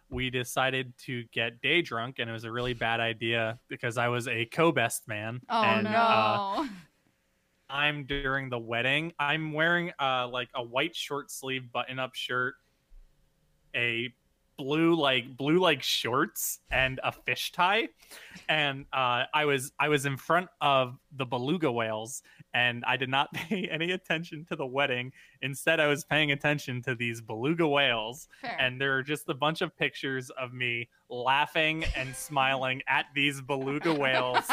Speaker 4: we decided to get day drunk, and it was a really bad idea because I was a co-best man.
Speaker 2: oh
Speaker 4: and,
Speaker 2: no.
Speaker 4: Uh, I'm during the wedding. I'm wearing uh like a white short sleeve button up shirt, a blue like blue like shorts and a fish tie. And uh I was I was in front of the beluga whales and I did not pay any attention to the wedding. Instead I was paying attention to these beluga whales
Speaker 2: Fair.
Speaker 4: and there are just a bunch of pictures of me laughing and smiling at these beluga whales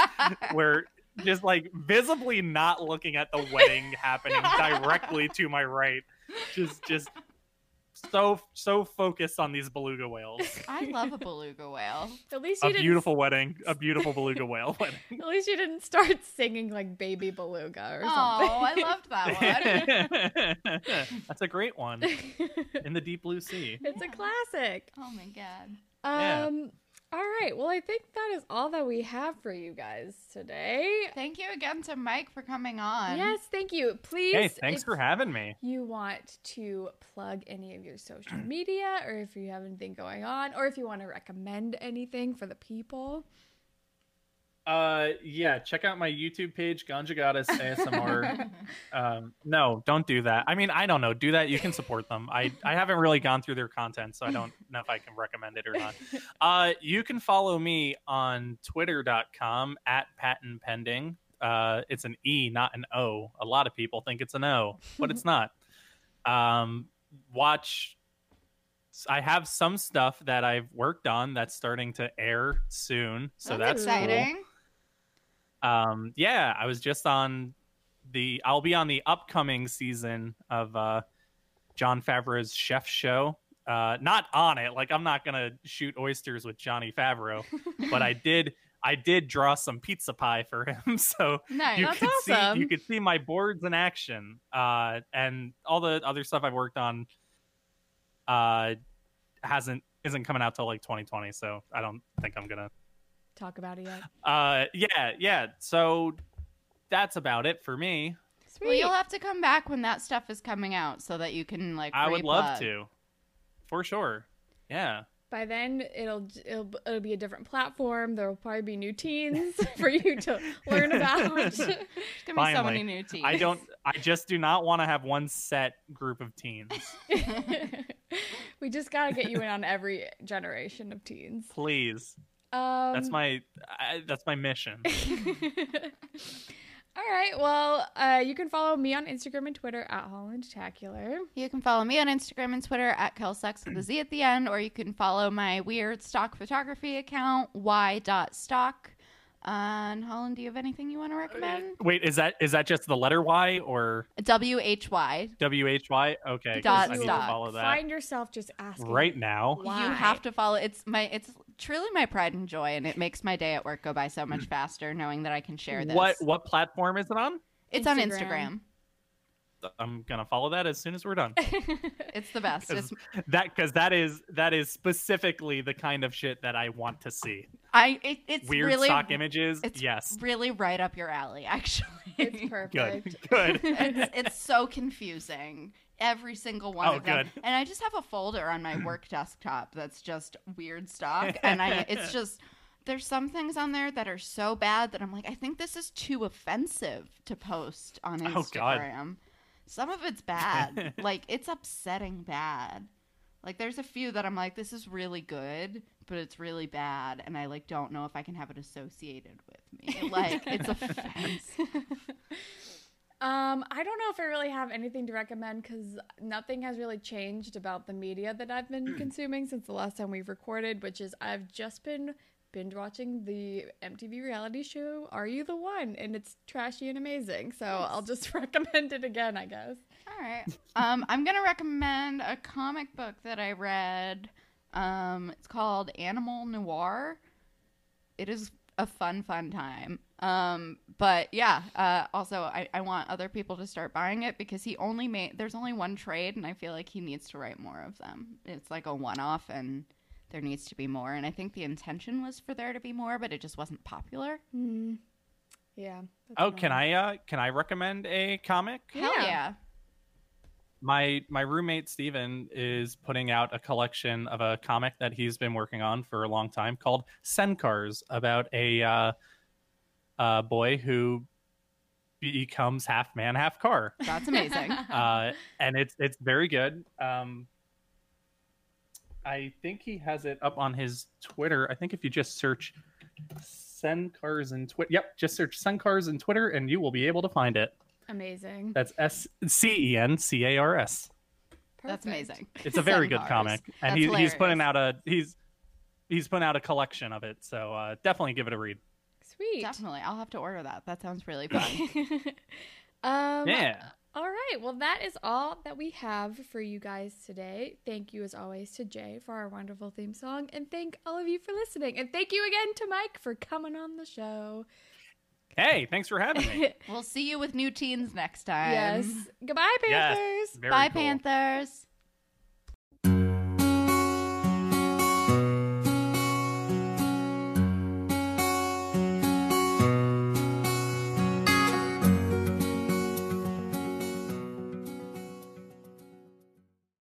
Speaker 4: were just like visibly not looking at the wedding happening directly to my right just just so so focused on these beluga whales
Speaker 2: I love a beluga whale.
Speaker 3: At least you
Speaker 4: a
Speaker 3: didn't.
Speaker 4: beautiful wedding a beautiful beluga whale wedding
Speaker 3: At least you didn't start singing like Baby Beluga or
Speaker 2: Oh, I
Speaker 3: something.
Speaker 2: loved that one.
Speaker 4: that's a great one in the deep blue sea
Speaker 3: it's a
Speaker 2: Yeah.
Speaker 3: classic.
Speaker 2: oh my god.
Speaker 3: Um.
Speaker 4: Yeah.
Speaker 3: All right. Well, I think that is all that we have for you guys today.
Speaker 2: Thank you again to Mike for coming on.
Speaker 3: Yes, thank you. Please.
Speaker 4: hey thanks
Speaker 3: if
Speaker 4: for having me
Speaker 3: You want to plug any of your social media, or if you have anything going on, or if you want to recommend anything for the people.
Speaker 4: Uh, yeah, check out my YouTube page, Ganja Goddess ASMR. um, no, don't do that. I mean, I don't know. Do that. You can support them. I, I haven't really gone through their content, so I don't know if I can recommend it or not. Uh, you can follow me on twitter.com at patent pending. Uh, it's an E, not an O. A lot of people think it's an O, but it's not. Um, watch. I have some stuff that I've worked on that's starting to air soon, so
Speaker 3: That's
Speaker 4: that's, cool
Speaker 2: exciting.
Speaker 4: um yeah i was just on the i'll be on the upcoming season of uh john favreau's chef show uh not on it like i'm not gonna shoot oysters with johnny favreau but i did i did draw some pizza pie for him so
Speaker 2: Nice.
Speaker 4: you
Speaker 3: That's
Speaker 4: could
Speaker 3: awesome.
Speaker 4: see you could see my boards in action uh and all the other stuff i've worked on uh hasn't isn't coming out till like 2020 so i don't think i'm gonna
Speaker 3: Talk about it yet.
Speaker 4: uh yeah yeah so that's about it for me
Speaker 3: Sweet.
Speaker 2: well, you'll have to come back when that stuff is coming out so that you can like.
Speaker 4: i would love
Speaker 2: re-plug.
Speaker 4: to for sure yeah
Speaker 3: By then, it'll, it'll it'll be a different platform. There will probably be new teens for you to learn about.
Speaker 2: There's gonna be so
Speaker 4: Finally.
Speaker 2: many new teams.
Speaker 4: i don't i just do not want to have one set group of teens
Speaker 3: we just gotta get you in on every generation of teens.
Speaker 4: please
Speaker 3: Um,
Speaker 4: that's my I, that's my mission
Speaker 3: All right. Well, uh, you can follow me on Instagram and Twitter at Holland Tacular.
Speaker 2: You can follow me on Instagram and Twitter at Kelsex with a Z at the end, or you can follow my weird stock photography account, y.stock. Uh, and Holland, do you have anything you want to recommend?
Speaker 4: wait is that is that just the letter y or
Speaker 2: W H Y.
Speaker 4: w-h-y okay 'cause
Speaker 2: Dot
Speaker 4: i need to
Speaker 2: stock.
Speaker 4: follow that
Speaker 3: Find yourself just asking.
Speaker 4: right now
Speaker 2: You
Speaker 3: Why?
Speaker 2: have to follow. It's my. It's truly my pride and joy, and it makes my day at work go by so much faster knowing that I can share this.
Speaker 4: what what platform is it on
Speaker 2: It's on
Speaker 3: Instagram.
Speaker 2: Instagram.
Speaker 4: i'm gonna follow that as soon as we're done
Speaker 2: It's the best. It's,
Speaker 4: that because that is that is specifically the kind of shit that i want to see
Speaker 2: I. It, it's
Speaker 4: weird
Speaker 2: really.
Speaker 4: stock images
Speaker 2: It's
Speaker 4: yes
Speaker 2: really right up your alley, actually.
Speaker 3: It's
Speaker 4: good
Speaker 3: perfect.
Speaker 4: good
Speaker 2: it's, it's so confusing. Every single one
Speaker 4: Oh,
Speaker 2: of them.
Speaker 4: good.
Speaker 2: And I just have a folder on my work desktop that's just weird stock. And I it's just there's some things on there that are so bad that I'm like, I think this is too offensive to post on
Speaker 4: Oh, God.
Speaker 2: Instagram. Some of it's bad. like it's upsetting bad. Like there's a few that I'm like, this is really good, but it's really bad, and I like don't know if I can have it associated with me. Like it's offensive.
Speaker 3: Um, I don't know if I really have anything to recommend because nothing has really changed about the media that I've been consuming since the last time we've recorded, which is I've just been binge watching the MTV reality show Are You the One? And it's trashy and amazing. So I'll just recommend it again, I guess.
Speaker 2: All right. Um, I'm going to recommend a comic book that I read. Um, it's called Animal Noir. It is a fun, fun time. Um, but yeah, uh, also I, I want other people to start buying it because he only made there's only one trade, and I feel like he needs to write more of them. It's like a one off, and there needs to be more. And I think the intention was for there to be more, but it just wasn't popular.
Speaker 3: Mm-hmm. Yeah. that's
Speaker 4: Oh, can
Speaker 3: annoying.
Speaker 4: I uh can I recommend a comic?
Speaker 2: Hell
Speaker 3: Yeah.
Speaker 2: yeah.
Speaker 4: My my roommate Steven is putting out a collection of a comic that he's been working on for a long time called Senkars about a uh, uh boy who becomes half man, half car.
Speaker 2: That's amazing.
Speaker 4: uh, and it's it's very good. Um, I think he has it up on his Twitter. I think if you just search Senkars and Twitter, yep, just search Senkars and Twitter, and you will be able to find it.
Speaker 3: Amazing.
Speaker 4: That's S C E N C A R S.
Speaker 2: That's
Speaker 3: Perfect.
Speaker 2: amazing.
Speaker 4: It's a very good
Speaker 2: Senkars.
Speaker 4: comic,
Speaker 2: That's
Speaker 4: and he's he's putting
Speaker 2: hilarious.
Speaker 4: out a he's he's putting out a collection of it. So uh, definitely give it a read.
Speaker 3: Sweet.
Speaker 2: Definitely, I'll have to order that. That sounds really fun.
Speaker 3: um,
Speaker 4: Yeah.
Speaker 3: All right. Well, that is all that we have for you guys today. Thank you, as always, to Jay for our wonderful theme song. And thank all of you for listening. And thank you again to Mike for coming on the show.
Speaker 4: Hey, thanks for having me.
Speaker 2: we'll see you with new teens next time.
Speaker 3: yes. Goodbye,
Speaker 4: Yes,
Speaker 3: Panthers.
Speaker 4: very
Speaker 2: Bye,
Speaker 4: cool.
Speaker 2: Panthers.